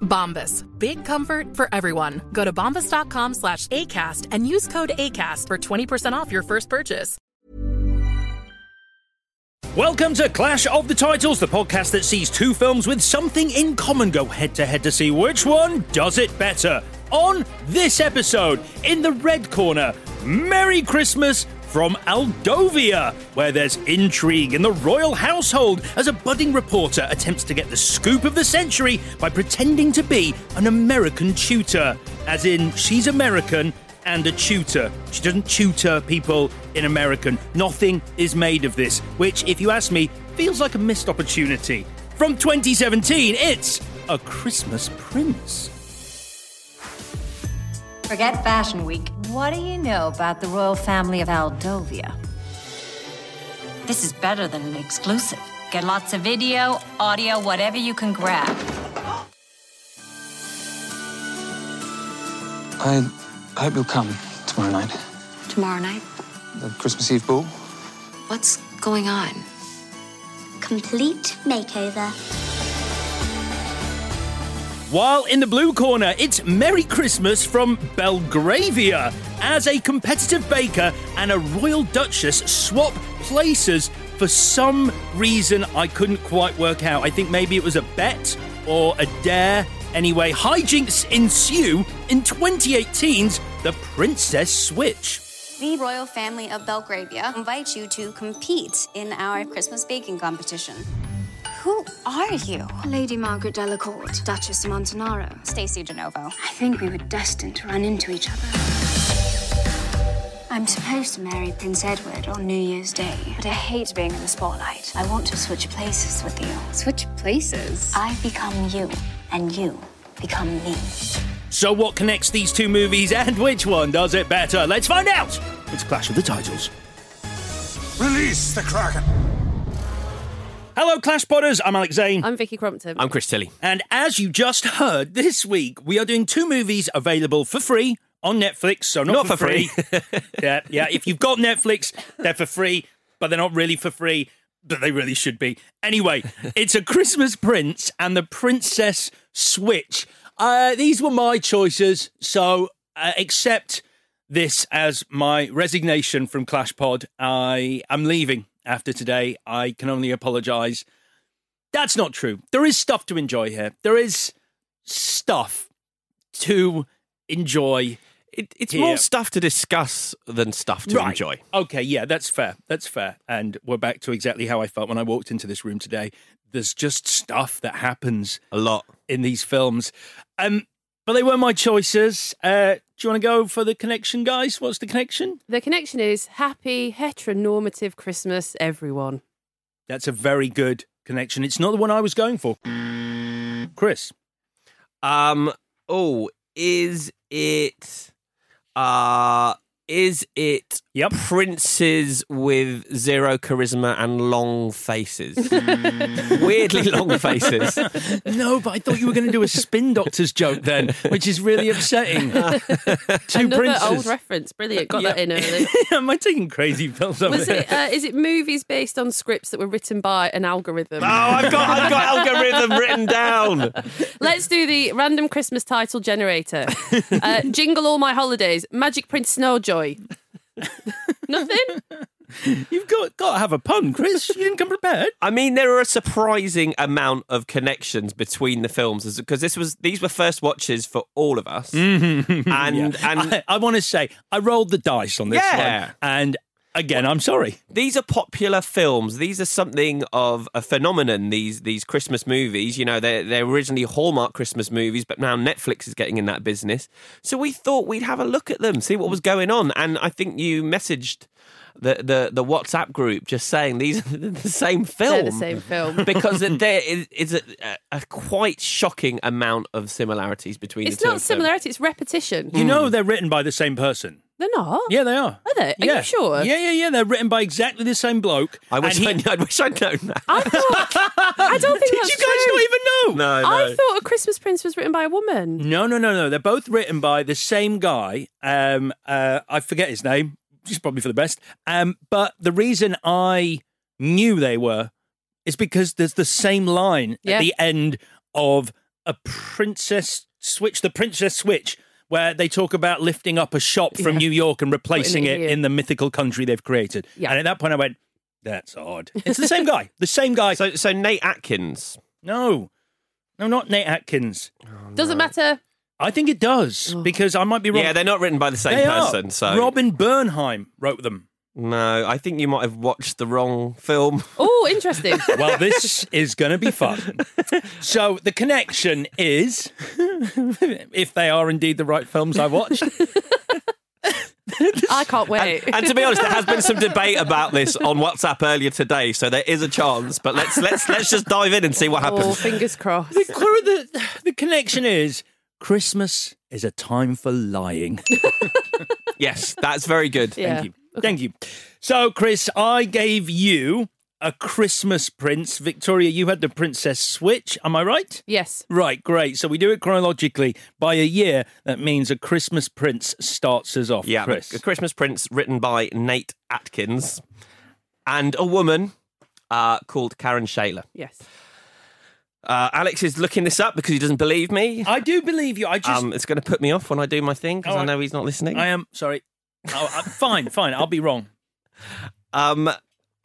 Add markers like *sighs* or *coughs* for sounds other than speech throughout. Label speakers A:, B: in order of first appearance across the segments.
A: Bombas. Big comfort for everyone. Go to bombas.com slash ACAST and use code ACAST for 20% off your first purchase.
B: Welcome to Clash of the Titles, the podcast that sees two films with something in common go head to head to see which one does it better. On this episode, in the red corner, Merry Christmas from Aldovia, where there's intrigue in the royal household as a budding reporter attempts to get the scoop of the century by pretending to be an American tutor. As in, she's American and a tutor. She doesn't tutor people in American. Nothing is made of this, which, if you ask me, feels like a missed opportunity. From 2017, it's A Christmas Prince.
C: Forget Fashion Week. What do you know about the royal family of Aldovia? This is better than an exclusive. Get lots of video, audio, whatever you can grab.
D: I hope you'll come tomorrow night.
E: Tomorrow night?
D: The Christmas Eve ball.
E: What's going on? Complete makeover.
B: While in the blue corner, it's Merry Christmas from Belgravia as a competitive baker and a royal duchess swap places for some reason I couldn't quite work out. I think maybe it was a bet or a dare. Anyway, hijinks ensue in 2018's The Princess Switch.
E: The royal family of Belgravia invites you to compete in our Christmas baking competition.
F: Who are you?
E: Lady Margaret Delacourt, Duchess of Montanaro. Stacy DeNovo.
F: I think we were destined to run into each other. I'm supposed to marry Prince Edward on New Year's Day, but I hate being in the spotlight. I want to switch places with you.
E: Switch places.
F: I become you, and you become me.
B: So, what connects these two movies and which one does it better? Let's find out! It's Clash of the Titles.
G: Release the Kraken!
B: Hello, Clash Potters. I'm Alex Zane.
H: I'm Vicky Crompton.
B: I'm Chris Tilly. And as you just heard, this week we are doing two movies available for free on Netflix. So not,
I: Not
B: for,
I: for
B: free.
I: free.
B: yeah, yeah. If you've got Netflix, they're for free, but they're not really for free. But they really should be. Anyway, it's a Christmas Prince and the Princess Switch. Uh, these were my choices, so uh, accept this as my resignation from Clash Pod. I am leaving after today. I can only apologise. That's not true. There is stuff to enjoy here. There is stuff to enjoy.
J: It, it's
B: Yeah.
J: more stuff to discuss than stuff to enjoy.
B: Okay, yeah, that's fair. That's fair. And we're back to exactly how I felt when I walked into this room today. There's just stuff that happens
J: A lot.
B: in these films. Um, but they were my choices. Uh, do you want to go for the connection, guys? What's the connection?
H: The connection is happy, heteronormative Christmas, everyone.
B: That's a very good connection. It's not the one I was going for. Chris.
J: Um. Oh, is it? Uh
K: Is it princes with zero charisma and long faces? *laughs* Weirdly long faces.
B: no, but I thought you were going to do a spin doctor's joke then, which is really
K: *laughs*
B: upsetting. Two
A: Another
B: princes.
A: old reference. Brilliant. Got that in early.
B: *laughs* Am I taking crazy pills? over
A: Was
B: here?
A: it? Uh, is it movies based on scripts that were written by an algorithm?
K: Oh, I've got, I've got algorithm written down.
A: Let's do the random Christmas
K: *laughs*
A: title generator. Uh, Jingle all my holidays. Magic Prince Snowjoy. Nothing.
B: You've got got to have a pun, Chris. You didn't
K: *laughs*
B: come prepared.
K: I mean, there are a surprising amount of connections between the films because this was these were first watches for all of us, *laughs* and and
B: I, want to say I rolled the dice on this
K: Yeah.
B: one, and again, I'm sorry.
K: these are popular films. These are something of a phenomenon. These these Christmas movies, you know, they're they're originally Hallmark Christmas movies, but now Netflix is getting in that business. So we thought we'd have a look at them, see what was going on, and I think you messaged. The, the the WhatsApp group just saying these are *laughs* the same film.
A: They're the same film.
K: because there is, is a, Uh, a quite shocking amount of similarities between
A: It's
K: the two.
A: not
K: of them.
A: similarity. It's repetition.
K: Hmm.
B: You know they're written by the same person.
A: They're not.
B: Yeah, they are.
A: Are they? Are
B: yeah.
A: you sure?
B: Yeah, yeah, yeah. They're written by exactly the same bloke.
K: I wish
B: and
K: I, knew, *laughs* I wish I'd known that.
A: I don't
B: *laughs*
A: think
B: Did
A: that's
B: you guys
A: true.
B: not even know?
K: No,
A: I thought A Christmas Prince was written by a woman.
B: No, no, no, no. They're both written by the same guy. Um, uh, I forget his name. He's probably for the best. Um, but the reason I knew they were is because there's the same line
A: Yeah.
B: at the end of a princess switch, the princess switch, where they talk about lifting up a shop from
A: Yeah.
B: New York and
A: Putting
B: replacing
A: it
B: it
A: here.
B: in the mythical country they've created.
A: Yeah.
B: And at that point, I went, "That's odd." It's the same guy. The same
A: *laughs*
B: guy.
K: So so Nate Atkins.
B: no, no, not Nate Atkins.
A: Doesn't matter.
B: I think it does because I might be wrong.
K: Yeah, they're not written by the same
B: They are.
K: person. So
B: Robin Bernheim wrote them.
K: no, I think you might have watched the wrong film.
A: Oh, interesting.
B: Well, *laughs* this is going to be fun. So the connection is, if they are indeed the right films I watched,
A: I can't wait.
K: *laughs* And to be honest, there has been some debate about this on WhatsApp earlier today, so there is a chance. But let's let's let's just dive in and see what
A: oh,
K: happens.
A: fingers crossed.
B: *laughs* the, cor- the, the connection is Christmas is a time for *laughs* lying.
K: Yes, that's very good.
A: Yeah.
B: Thank you. Thank you. So, Chris, I gave you a Christmas prince. Victoria, you had the princess switch. Am I right?
A: Yes.
B: Right, great. So we do it chronologically by a year. That means a Christmas Prince starts us off.
K: Yeah,
B: Chris.
K: A Christmas Prince written by Nate Atkins and a woman uh, called Karen Shaler.
A: Yes.
K: Uh, Alex is looking this up because he doesn't believe me.
B: I do believe you. I just,
K: um, it's going to put me off when I do my thing because
B: Oh,
K: I
B: I-
K: know he's not listening.
B: I am sorry. Oh, uh, fine, fine. I'll be *laughs* wrong.
K: Um,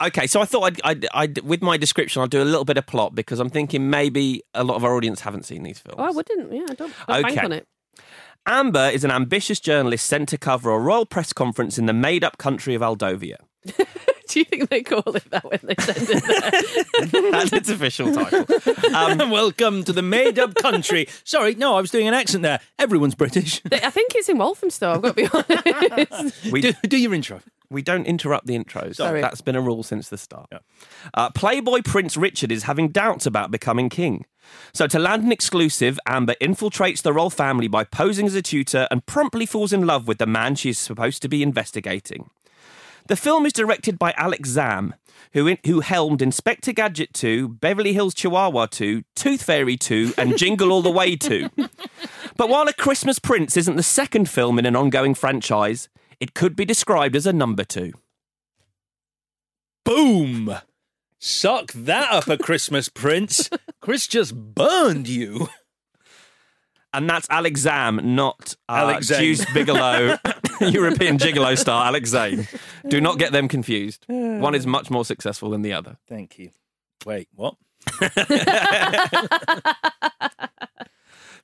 K: okay, so I thought I'd, I'd, I'd, with my description, I'll do a little bit of plot because I'm thinking maybe a lot of our audience haven't seen these films.
A: Oh, I wouldn't. Yeah, I don't. I bank
K: Okay.
A: on it. *laughs*
K: Amber is an ambitious journalist sent to cover a royal press conference in the made up country of Aldovia. *laughs*
A: Do you think they call it that when they send it
L: *laughs*
A: there?
K: That's its official title.
B: Um, *laughs* Welcome to the made-up country. Sorry, no, I was doing an accent there. Everyone's British.
A: They- I think it's in Walthamstow. I've got to be *laughs* honest.
K: We-
B: *laughs* do, do your intro.
K: We don't interrupt the intros.
A: Sorry.
K: That's been a rule since the start. Uh, Playboy Prince Richard is having doubts about becoming king. So, to land an exclusive, Amber infiltrates the royal family by posing as a tutor and promptly falls in love with the man she is supposed to be investigating. The film is directed by Alex Zam, who, who helmed Inspector Gadget 2, Beverly Hills Chihuahua 2, Tooth Fairy 2, and Jingle All the Way 2. But while A Christmas Prince isn't the second film in an ongoing franchise, it could be described as a number two.
B: Boom. Suck that up, a Christmas Prince. Chris just burned you.
K: And that's Alex Zam, not uh,
B: Alex Zane.
K: Juice Bigelow, European gigolo star Alex Zane. Do not get them confused. One is much more successful than the other.
B: Thank you. Wait, what?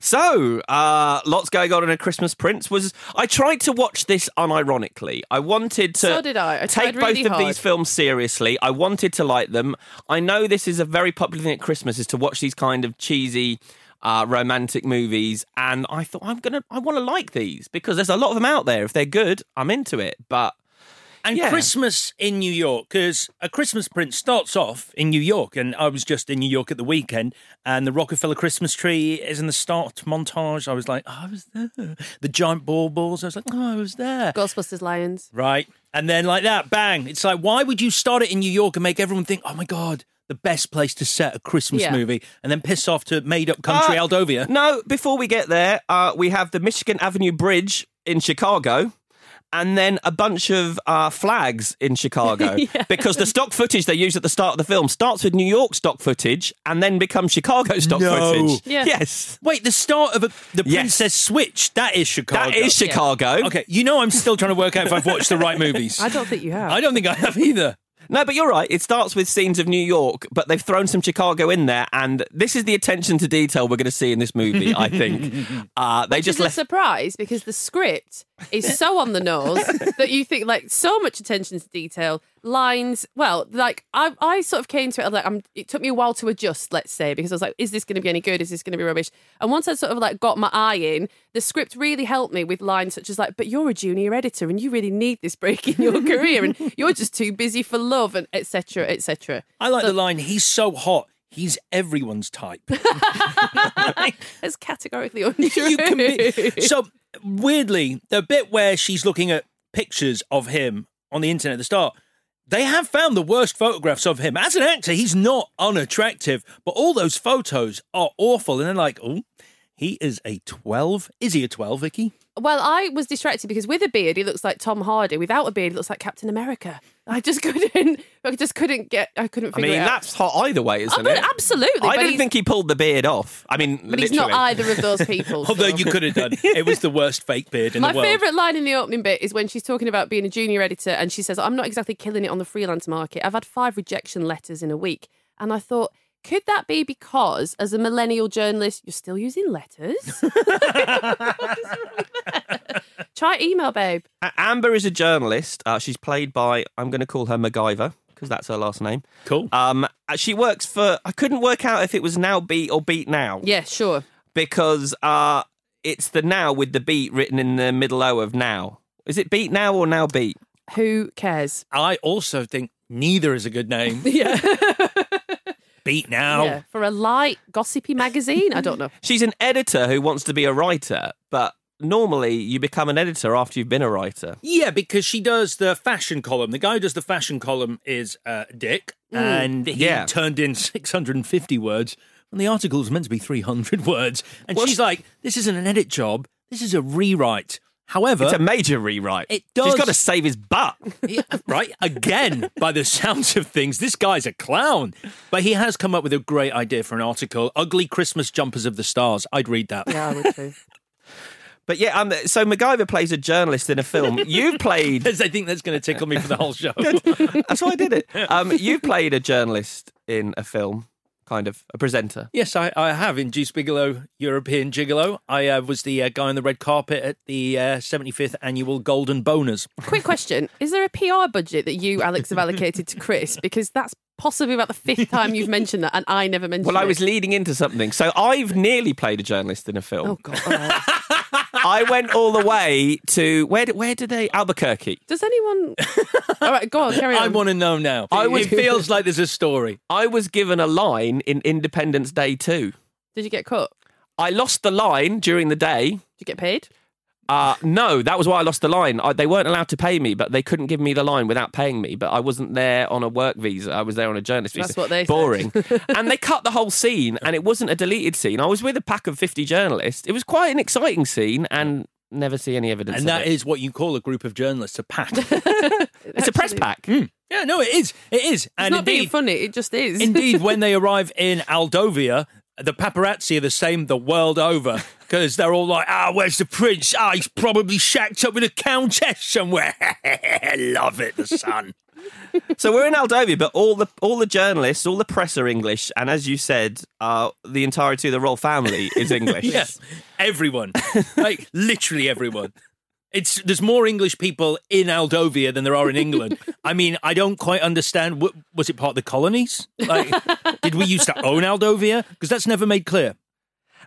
K: So, uh, lots going on in A Christmas Prince was. I tried to watch this unironically. I wanted to.
A: So did I. I
K: take
A: tried really
K: both of
A: hard.
K: these films seriously. I wanted to like them. I know this is a very popular thing at Christmas is to watch these kind of cheesy. Uh, romantic movies, and I thought I'm gonna, I want to like these because there's a lot of them out there. If they're good, I'm into it. But
B: And
K: Yeah.
B: Christmas in New York, because a Christmas print starts off in New York, and I was just in New York at the weekend, and the Rockefeller Christmas tree is in the start montage. I was like, oh, I was there. The giant baubles. I was like, oh, I was there.
A: Ghostbusters Lions.
B: Right. And then like that, bang. It's like, why would you start it in New York and make everyone think, oh my God, the best place to set a Christmas
K: Yeah.
B: movie and then piss off to made up country
K: Uh,
B: Aldovia?
K: No, before we get there, uh, we have the Michigan Avenue Bridge in Chicago. And then a bunch of uh, flags in
A: *laughs*
K: Chicago because the stock footage they use at the start of the film starts with New York stock footage and then becomes Chicago stock footage. Yes.
B: Wait, the start of a, the Princess Switch, that is Chicago.
K: That is Chicago.
B: Okay, you know I'm still trying to work out if I've watched
K: *laughs*
B: the right movies.
A: I don't think you have.
B: I don't think I have either.
K: No, but you're right. It starts with scenes of New York, but they've thrown some Chicago in there, and this is the attention to detail we're going to see in this movie. I think uh, they
A: Which
K: just
A: is
K: left.
A: a surprise because the script is so on the nose
B: *laughs*
A: that you think like so much attention to detail lines. Well, like I, I sort of came to it like I'm, it took me a while to adjust. Let's say because I was like, is this going to be any good? Is this going to be rubbish? And once I sort of like got my eye in, the script really helped me with lines such as like, but you're a junior editor and you really need this break in
B: *laughs*
A: your career and you're just too busy for love and etc. etc.
B: I like the line, he's so hot, he's everyone's type.
A: That's categorically untrue.
B: *laughs* You
A: *laughs*
B: can be- so weirdly, the bit where she's looking at pictures of him on the internet at the start, they have found the worst photographs of him. As an actor, he's not unattractive, but all those photos are awful. And they're like, oh, he is a 12. Is he a 12, Vicky?
A: Well, I was distracted because with a beard, he looks like Tom Hardy. Without a beard, he looks like Captain America. I just *laughs* couldn't. I just couldn't get. I couldn't
K: I
A: figure
K: mean,
A: it out.
K: that's hot either way, isn't
A: but
K: it?
A: absolutely,
K: I
A: but
K: don't
A: he's-
K: think he pulled the beard off. I mean,
A: But he's not
K: literally.
A: either of
B: *laughs*
A: those people,
B: Although
A: so-
B: you could have done. It was the worst fake beard in
A: My
B: the world.
A: favourite line in the opening bit is when she's talking about being a junior editor and she says, I'm not exactly killing it on the freelance market. I've had five rejection letters in a week. And I thought, could that be because, as a millennial journalist, you're still using
B: *laughs*
A: letters? *laughs* Try email, babe.
K: A- Amber is a journalist. Uh, she's played by, I'm going to call her MacGyver because that's her last name.
B: Cool.
K: Um, uh, she works for, I couldn't work out if it was Now Beat or Beat Now.
A: Yeah, sure.
K: Because uh, it's the now with the beat written in the middle O of now. Is it Beat Now or Now Beat?
A: Who cares?
B: I also think neither is a good name.
A: *laughs* Yeah.
B: Beat now.
A: Yeah, for a light, gossipy magazine. I don't know.
K: She's an editor who wants to be a writer, but normally you become an editor after you've been a writer.
B: Yeah, because she does the fashion column. The guy who does the fashion column is uh, Dick,
K: Mm.
B: and he
K: Yeah.
B: turned in *laughs* 650 words when the article was meant to be 300 *laughs* words. And she's like, this isn't an edit job, this is a rewrite. However,
K: It's
B: *laughs*
K: a major rewrite.
B: It
K: She's
B: does-
K: got to save his butt.
B: right? Again, by the sounds of things, this guy's a clown. But he has come up with a great idea for an article Ugly Christmas Jumpers of the Stars. I'd read that.
A: *laughs*
B: *laughs*
A: Yeah, I would too.
K: But yeah, um, so MacGyver plays a journalist in a film. You played.
B: Because I think that's going to tickle me for the whole show.
K: That's why I did it. Um, you played a journalist in a film, kind of a presenter.
B: Yes, I, I have in Juice Bigelow, European Gigolo. I uh, was the uh, guy on the red carpet at the uh, 75th annual Golden Boners.
A: Quick question Is there a PR budget that you, Alex, have allocated to Chris? Because that's possibly about the fifth time you've mentioned that, and I never mentioned
K: Well, I
A: it.
K: was leading into something. So I've nearly played a journalist in a film.
A: Oh, God. all right.
K: I went all the way to where? Where did they? Albuquerque.
A: Does anyone. All right, go on, carry on.
B: I want to know now.
K: I was-
B: it *laughs* feels like there's a
A: *laughs*
B: story.
K: I was given a line in Independence Day Two.
A: Did you get cut?
K: I lost the line during the day.
A: Did you get paid?
K: Uh, no, that was why I lost the line. I, they weren't allowed to pay me, but they couldn't give me the line without paying me. But I wasn't there on a work visa. I was there on a journalist visa.
A: That's what they said. *laughs*
K: Boring. and they cut the whole scene, and it wasn't a deleted scene. I was with a pack of 50 journalists. It was quite an exciting scene, and never see any evidence
B: And
K: of
B: that
K: it.
B: is what you call a group of journalists,
A: *laughs*
B: a pack.
K: It's a press pack.
B: yeah, no, it is. It is.
A: It's
B: And
A: not being
B: indeed,
A: funny, *laughs* it just is.
B: indeed, when they arrive in Aldovia, the paparazzi are the same the world over because they're all like, ah, where's the prince? Ah, he's probably shacked up with a countess somewhere. *laughs* Love it, the sun.
K: *laughs* so we're in Aldovia, but all the all the journalists, all the press are English, and as you said, uh, the entirety of the royal family is *laughs* English.
B: Yes, everyone, like literally everyone. It's there's more English people in Aldovia than there are in England. I mean, I don't quite understand. What, was it part of the colonies? Like, did we used to own Aldovia? Because that's never made clear.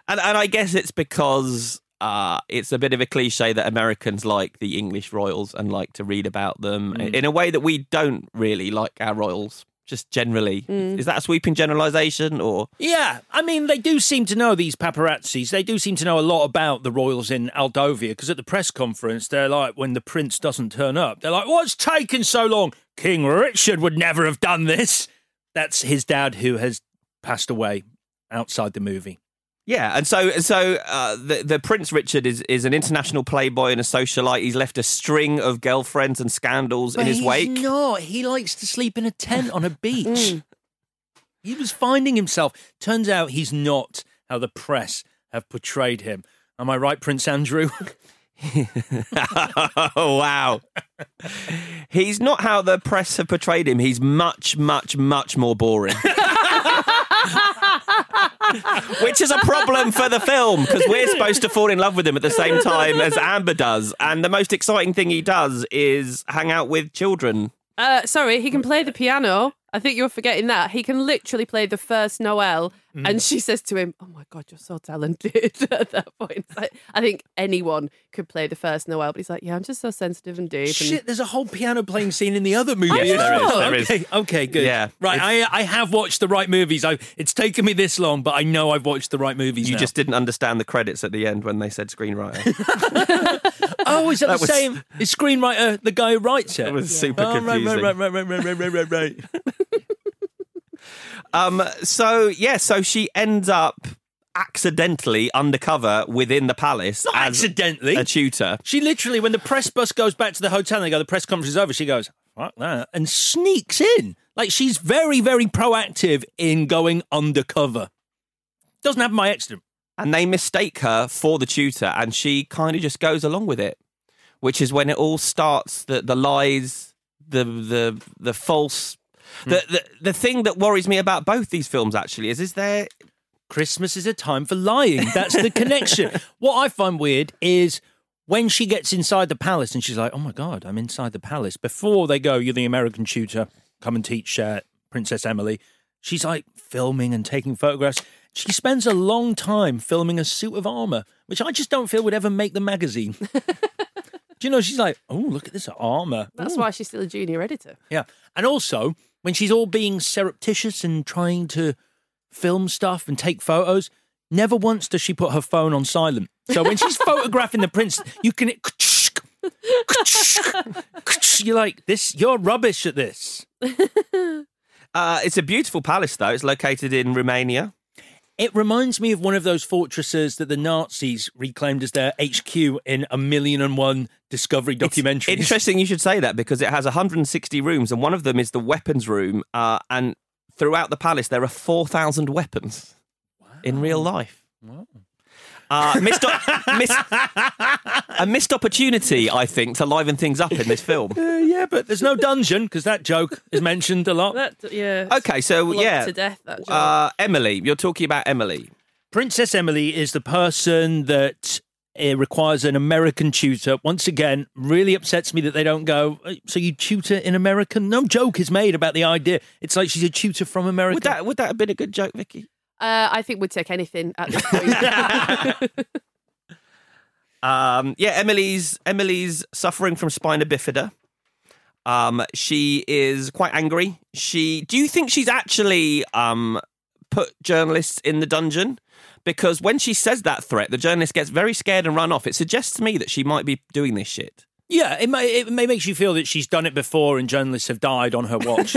K: And, and I guess it's because uh, it's a bit of a cliche that Americans like the English royals and like to read about them
B: Mm.
K: in a way that we don't really like our royals, just generally.
B: Mm.
K: Is that a sweeping generalization or?
B: Yeah, I mean, they do seem to know these paparazzis. They do seem to know a lot about the royals in Aldovia because at the press conference, they're like, when the prince doesn't turn up, they're like, what's taken so long? King Richard would never have done this. That's his dad who has passed away outside the movie.
K: Yeah, and so so uh, the the Prince Richard is is an international playboy and a socialite. He's left a string of girlfriends and scandals in his wake. Mm.
B: not. He likes to sleep in a tent
K: *laughs*
B: on a beach. He was finding himself. Turns out he's not how the press have portrayed him. Am I right, Prince Andrew? *laughs*
K: oh *laughs* wow. He's not how the press have portrayed him. He's much, much, much more boring. *laughs* Which is a problem for the film because we're supposed to fall in love with him at the same time as Amber does. And the most exciting thing he does is hang out with children.
A: Uh, sorry, he can play the piano. I think you're forgetting that. He can literally play the first Noel.
K: Mm.
A: And she says to him, Oh my God, you're so talented *laughs* at that point. It's like, I think anyone could play the first Noel, but he's like, Yeah, I'm just so sensitive and deep.
B: Shit,
A: And
B: there's a whole piano playing scene in the other movie.
A: I
B: isn't
A: know.
K: there is.
B: Okay, okay, good.
K: Yeah.
B: Right, I, I have watched the right movies. I, it's taken me this long, but I know I've watched the right movies
K: You
B: now.
K: just didn't understand the credits at the end when they said screenwriter.
B: Oh, is
K: *laughs*
B: that,
K: That
B: the
K: was-
B: same? Is screenwriter the guy who writes it? That
K: was super
B: oh, right,
K: confusing.
B: Right, right, right, right, right,
K: *laughs*
B: right, right, right.
K: um, so, yeah, so she ends up accidentally undercover within the palace. Not
B: accidentally.
K: A tutor.
B: She literally, when the press bus goes back to the hotel and they go, the press conference is over, she goes, fuck that, and sneaks in. Like, she's very, very proactive in going undercover. Doesn't happen by accident.
K: and they mistake her for the tutor and she kind of just goes along with it which is when it all starts the the lies the the the false the, the the thing that worries me about both these films actually is is there
B: Christmas is a time for lying. That's the connection. what I find weird is when she gets inside the palace and she's like, oh my God, I'm inside the palace. Before they go, you're the American tutor, come and teach uh, Princess Emily. She's like filming and taking photographs. She spends a long time filming a suit of armor, which I just don't feel would ever make the magazine. Do you know, she's like, oh, look at this armor.
A: That's
B: Ooh.
A: why she's still a junior editor.
B: Yeah. And also, when she's all being surreptitious and trying to film stuff and take photos, never once does she put her phone on silent. So when she's photographing the prince, you can. *laughs* You're like, this, you're rubbish at this.
K: uh, it's a beautiful palace though it's located in romania
B: It reminds me of one of those fortresses that the Nazis reclaimed as their HQ in a million and one Discovery documentaries.
K: interesting you should say that because it has 160 rooms and one of them is the weapons room uh, and throughout the palace there are 4000 weapons in real life Uh, missed, o- miss- a missed opportunity, I think, to liven things up in this film.
B: Uh, yeah, but there's no dungeon because that joke is mentioned a lot.
A: That, yeah.
K: Okay, so
A: Loved
K: yeah,
A: to death, that joke.
K: uh, Emily, you're talking about Emily.
B: Princess Emily is the person that uh, requires an American tutor. Once again, really upsets me that they don't go. "Uh, So you tutor in American? No joke is made about the idea. It's like she's a tutor from America. Would that
K: would that have been a good joke, Vicky?
A: Uh, I think we'd take anything at this
K: *laughs*
A: point.
K: Um, yeah, Emily's Emily's suffering from spina bifida. Um, she is quite angry. She, do you think she's actually um, put journalists in the dungeon? Because when she says that threat, the journalist gets very scared and run off. It suggests to me that she might be doing this shit.
B: Yeah, it may it may makes you feel that she's done it before and journalists have died on her watch.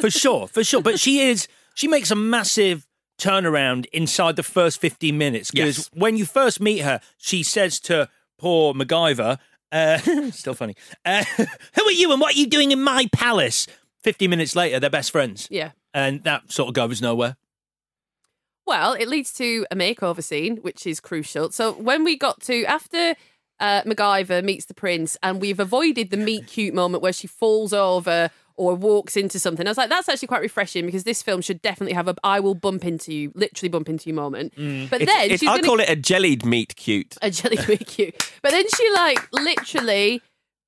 B: for sure, for sure. But she is she makes a massive turnaround inside the first 15 minutes because
K: Yes.
B: when you first meet her, she says to poor MacGyver, uh, *laughs* still funny, uh, who are you and what are you doing in my palace? 15 minutes later, they're best friends.
A: Yeah.
B: And that sort of goes nowhere.
A: Well, it leads to a makeover scene, which is crucial. So when we got to after uh, MacGyver meets the prince, and we've avoided the meet cute moment where she falls over or walks into something, I was like, that's actually quite refreshing because this film should definitely have a "I will bump into you, literally bump into you" moment. But
K: Mm. It's-
A: then
K: it's-
A: she's
K: I
A: gonna-
K: call it a jellied meat cute. *laughs*
A: a jelly bean cute. But then she like literally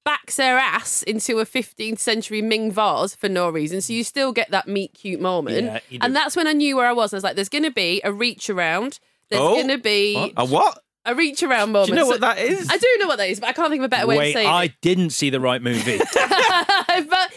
A: backs her ass into a 15th century Ming vase for no reason. So you still get that meet cute moment.
K: Yeah, you do.
A: and that's when I knew where I was. I was like, there's going to be a reach around. There's
K: Oh,
A: going to be
K: what? a what?
A: A reach around moment.
K: know what that
B: is?
A: I do know what that is, but I can't think of a better way
B: Wait,
A: of saying
B: I
A: it.
B: didn't see the right movie.
A: *laughs* but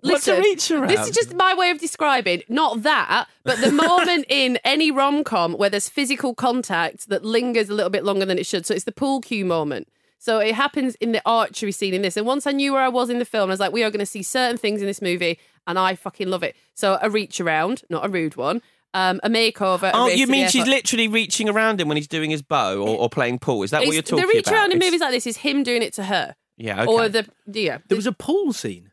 B: What's a
A: listen,
B: reach around?
A: this is just my way of describing not that, but the
K: *laughs*
A: moment in any rom com where there's physical contact that lingers a little bit longer than it should. So it's the pool cue moment. So it happens in the archery scene in this. And once I knew where I was in the film, I was like, we are going to see certain things in this movie, and I fucking love it. So a reach around, not a rude one, um, a makeover. a
K: Oh,
A: race
K: you
A: to the
K: mean she's
A: airport.
K: literally reaching around him when he's doing his bow or, or playing pool? Is that what
A: It's-
K: you're talking
A: The reach
K: about?
A: around in
K: It's-
A: movies like this is him doing it to her.
K: Yeah, okay.
A: Or the yeah,
B: there was a pool scene.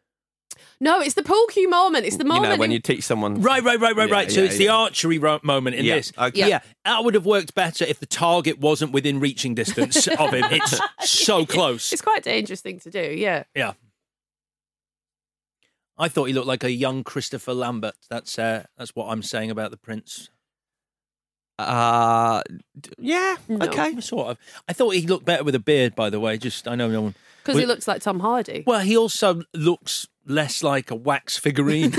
A: no, it's the pool cue moment. It's the
K: you
A: moment
K: know, when
A: in-
K: you teach someone.
B: Right, right, right, right,
K: Yeah,
B: right. So
K: yeah,
B: it's the
K: yeah.
B: archery ro- moment in
K: Yeah,
B: this.
K: okay.
B: Yeah, that would have worked better if the target wasn't within
K: *laughs*
B: reaching distance of him. It's so
A: *laughs*
B: close.
A: It's quite a dangerous thing to do, yeah.
B: Yeah. I thought he looked like a young Christopher Lambert. That's uh, that's what I'm saying about the prince.
K: Uh d- yeah, okay.
B: Sort of. I thought he looked better with a beard, by the way. Just I know no one
A: Because
B: we-
A: he looks like Tom Hardy.
B: Well, he also looks less like a wax
K: *laughs*
B: figurine,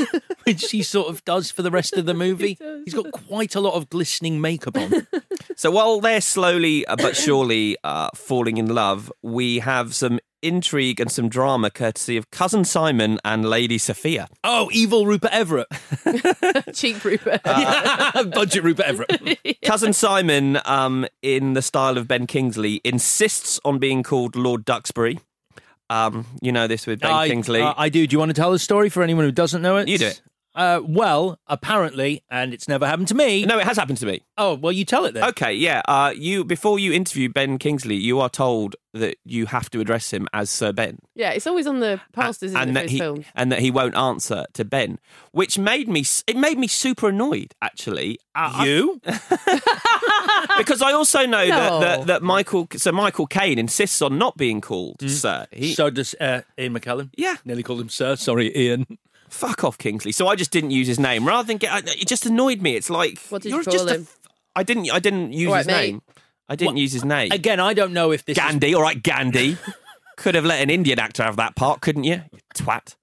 B: which he sort of does for the rest of the movie. He's got quite a lot of glistening makeup on. *laughs*
K: So while they're slowly uh,
B: *coughs*
K: but surely uh, falling in love, we have some intrigue and some drama courtesy of cousin Simon and Lady Sophia.
B: Oh, evil Rupert Everett.
A: *laughs* Cheap
K: *laughs*
A: Rupert.
B: *laughs*
K: Uh,
B: Budget Rupert Everett.
K: Cousin Simon, um, in the style of Ben Kingsley, insists on being called Lord Duxbury. Um, you know this with Ben
B: I,
K: Kingsley.
B: uh, I do. Do you want to tell the story for anyone who doesn't know it?
K: You do it.
B: Uh, well, apparently, and it's never happened to me.
K: no, it has happened to me.
B: Oh, well, you tell it then.
K: Okay, yeah. Uh, you before you interview Ben Kingsley, you are told that you have to address him as Sir Ben.
A: *laughs* yeah, it's always on the posters in
K: and
A: the
K: that
A: first
K: he
A: film.
K: and that he won't answer to Ben, which made me s- it made me super annoyed actually. Uh,
B: you
K: because I also know
B: No.
K: that, that that Michael so Michael Caine insists on not being called Sir. *laughs* He,
B: so does uh, Ian McKellen.
K: Yeah.
B: Nearly called him Sir. Sorry, Ian.
K: fuck off Kingsley. So I just didn't use his name rather than get I- it just annoyed me. It's like
A: What did you
K: you're
A: call
K: just a
A: him?
K: f- I didn't I didn't use
A: All right,
K: his
A: mate.
K: name. I didn't
B: Well,
K: use his name.
B: Again, I don't know if this. is-
K: Gandhi, all right, Gandhi. Could have let an Indian actor have that part, couldn't you? You twat.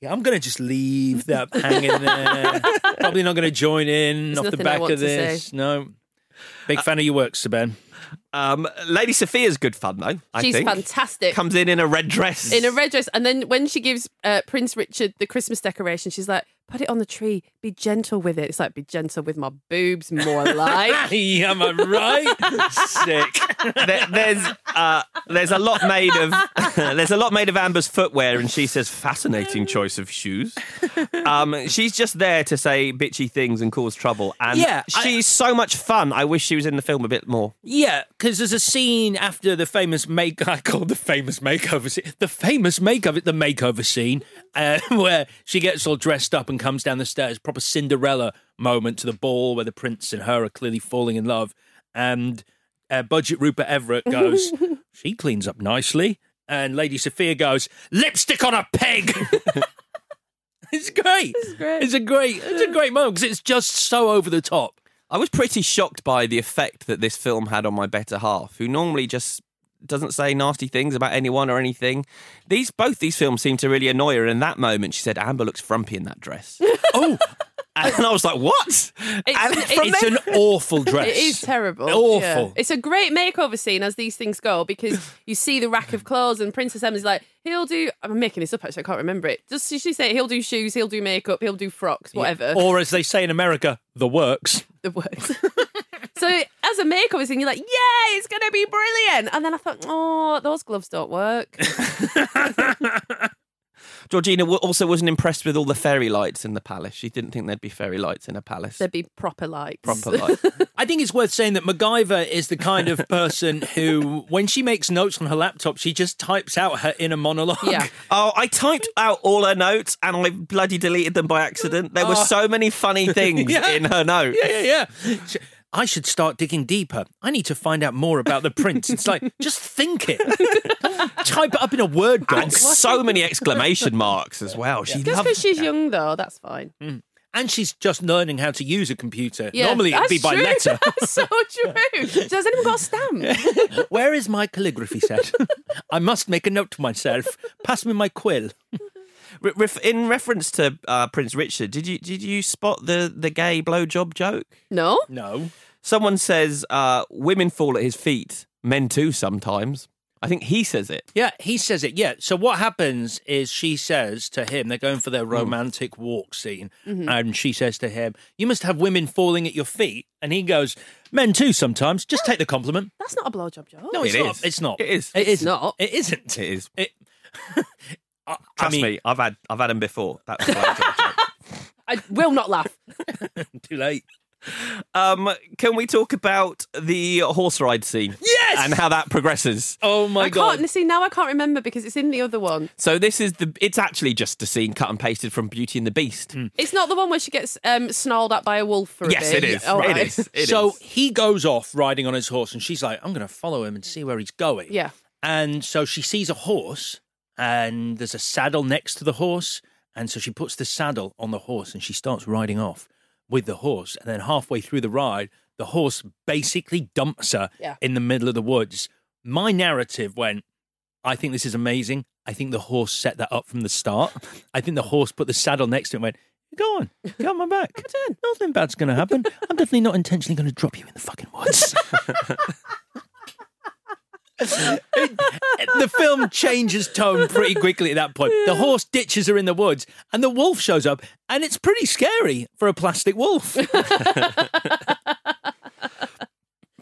B: Yeah, I'm going to just leave that hanging
K: *laughs*
B: there. Probably not going to join in
A: There's
B: off the
A: nothing I
B: back
A: want
B: of
A: to
B: this.
A: say.
B: No. Big fan of your work, Sir Ben. *laughs*
K: Um, Lady Sophia's good fun though. I
A: She's
K: think.
A: fantastic.
K: Comes in in a red dress.
A: in a red dress. And then when she gives uh, Prince Richard the Christmas decoration, she's like, put it on the tree, be gentle with it. It's like, be gentle with my boobs, more
K: *laughs*
A: like.
B: Hey, am I right? Sick.
K: *laughs* There- there's uh, there's a lot made of *laughs* there's a lot made of Amber's footwear, and she says fascinating choice of shoes. Um, she's just there to say bitchy things and cause trouble, and
B: Yeah, I-
K: she's so much fun. I wish she was in the film a bit more.
B: Yeah, because there's a scene after the famous make *laughs* I call the famous makeover scene the famous makeover the makeover scene uh, *laughs* where she gets all dressed up and comes down the stairs, proper Cinderella moment to the ball where the prince and her are clearly falling in love, and uh, budget Rupert Everett
K: *laughs*
B: goes, she cleans up nicely, and Lady Sophia goes, lipstick on a peg. *laughs* it's great. It's
A: great.
B: It's a great. It's a great moment because it's just so over
K: *laughs*
B: the top.
K: I was pretty shocked by the effect that this film had on my better half, who normally just doesn't say nasty things about anyone or anything. These both these films seem to really annoy her. In that moment, she said, "Amber looks frumpy in that dress."
B: Oh.
K: And I was like, "What?" And
A: it's-
K: from
A: it's
K: then-
B: It's an awful dress.
A: *laughs* It is terrible.
B: Awful.
A: yeah. It's a great makeover scene as these things go
K: *laughs*
A: because you see the rack of clothes and Princess Emma's like, he'll do. I'm making this up actually. I can't remember it. Does she she say he'll do shoes, he'll do makeup, he'll do frocks, whatever?
B: Or as they say in America, the works.
A: the worst. *laughs* so as a makeover scene, you're like, yeah, it's gonna be brilliant. And then I thought, oh, those gloves don't work.
K: Georgina wa- also wasn't impressed with all the fairy lights in the palace. She didn't think there'd be fairy lights in a palace.
A: There'd be proper lights.
K: Proper *laughs* lights.
B: I think it's worth saying that MacGyver is the kind of person who, when she makes notes on her laptop, she just types out her inner monologue.
A: Yeah.
K: Oh, I typed out all her notes and I bloody deleted them by accident. There were
B: Oh.
K: so many funny *laughs* things
B: Yeah.
K: in her notes.
B: *laughs* Yeah, yeah, yeah. She- I should start digging deeper. I need to find out more about the prince. It's like, *laughs* just think it. Don't type it up in a Word doc.
K: And so many exclamation marks as well. She
A: Just
K: loved
A: because she's young, though, that's fine.
B: And she's just learning how to use a computer.
A: Yeah,
B: Normally it'd be
A: that's
B: by
A: true. *laughs*
B: letter.
A: That's so true. So has anyone got a stamp?
B: Where is my calligraphy set? *laughs* I must make a note to myself. Pass me my quill.
K: Re- ref- in reference to uh, Prince Richard, did you did you spot the the gay blowjob joke?
A: No.
B: No.
K: Someone says uh, women fall at his feet, men too sometimes. I think he says it.
B: Yeah, he says it. Yeah. So what happens is she says to him, they're going for their romantic walk scene,
A: Mm-hmm.
C: Mhm.
B: and she says to him, "You must have women falling at your feet," and he goes, "Men too sometimes. Just take the compliment."
A: That's not a blowjob job.
B: No, it's not. It's not. It is. It is not. It isn't.
K: It is.
B: It, *laughs* I,
K: Trust me, I've had I've had him before. That's *laughs*
A: I will not laugh.
B: too late.
K: Um, can we talk about the horse ride scene?
B: Yes,
K: and how that progresses.
B: Oh
A: I can't see now. I can't remember because it's in the other one.
K: So this is the. It's actually just a scene cut and pasted from Beauty and the Beast.
B: Mm.
A: It's not the one where she gets um, snarled at by a wolf for
K: Yes,
A: a bit.
K: it is.
A: All
K: It
A: right.
K: is. It
B: so
K: is.
B: he goes off riding on his horse, and she's like, "I'm going to follow him and see where he's
A: *laughs*
B: going."
A: Yeah.
B: And so she sees a horse, and there's a saddle next to the horse. And so she puts the saddle on the horse and she starts riding off with the horse. And then halfway through the ride, the horse basically dumps her
A: Yeah.
B: in the middle of the woods. My narrative went, I think this is amazing. I think the horse set that up from the start. I think the horse put the saddle next to it and went, Go on, get on my back. Nothing bad's going to happen. I'm definitely not intentionally going to drop you in the fucking woods. *laughs* the film changes tone pretty quickly at that point. The horse ditches her in the woods, and the wolf shows up, and it's pretty scary for a plastic wolf.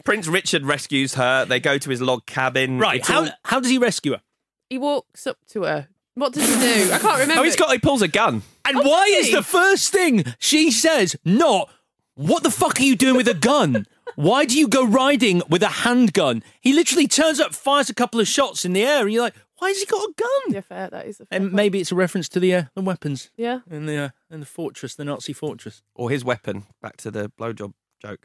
K: Prince Richard rescues her. They go to his log cabin.
B: *laughs* Right, how- how does he rescue her?
A: He walks up to her. What does he do? I can't remember.
K: Oh, he's got. He pulls a gun.
B: And why is the first thing she says not, What the fuck are you doing with a gun? Why do you go riding with a handgun? He literally turns up, fires a couple of shots in the air, and you're like, Why has he got a gun?
A: Yeah, fair. That is. A fair
B: And maybe it's a reference to the, uh, the weapons
A: Yeah.
B: in the, uh, in the fortress, the Nazi fortress.
K: or his weapon. Back to the blowjob
B: *laughs*
K: joke.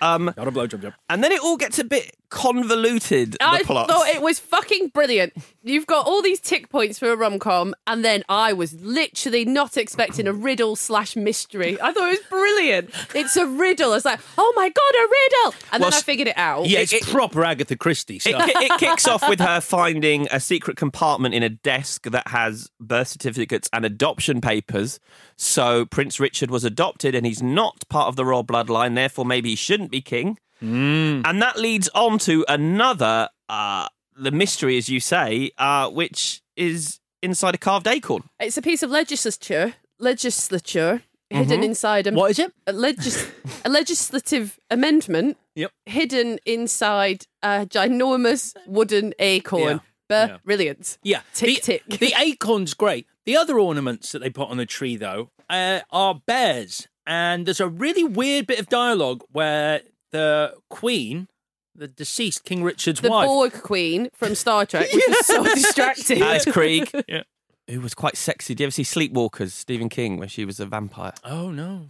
K: Um,
B: Not a blowjob job.
K: And then it all gets a bit convoluted. The
A: I
K: plot.
A: thought it was fucking brilliant. You've got all these tick points for a rom com, and then I was literally not expecting a riddle slash mystery. I thought it was brilliant. It's a riddle. I was like, oh my god, a riddle, and
K: Well,
A: then I
K: s-
A: figured it out.
B: Yeah, it's proper Agatha Christie
K: It,
B: stuff.
K: ki- it kicks off with her finding a secret compartment in a desk that has birth certificates and adoption papers. So Prince Richard was adopted and he's not part of the royal bloodline, therefore, maybe he shouldn't be king. And that leads on to another, uh, the mystery, as you say, uh, which is inside a carved acorn.
A: It's a piece of legislature, legislature hidden
K: Mhm.
A: inside a
B: Mm-hmm. what is it?
A: A, legis- a legislative amendment.
B: Yep.
A: Hidden inside a ginormous wooden acorn. Brilliant.
B: Yeah.
A: Tick
B: the,
A: tick.
B: The acorn's great. The other ornaments that they put on the tree, though, uh, are bears. And there's a really weird bit of dialogue where the queen, the deceased King Richard's
A: The
B: wife,
A: Borg Queen from Star Trek, which is so distracting.
K: Alice *laughs* Krieg,
B: *laughs* Yeah.
K: who was quite sexy. Do you ever see Sleepwalkers, Stephen King, where she was a vampire?
B: Oh no.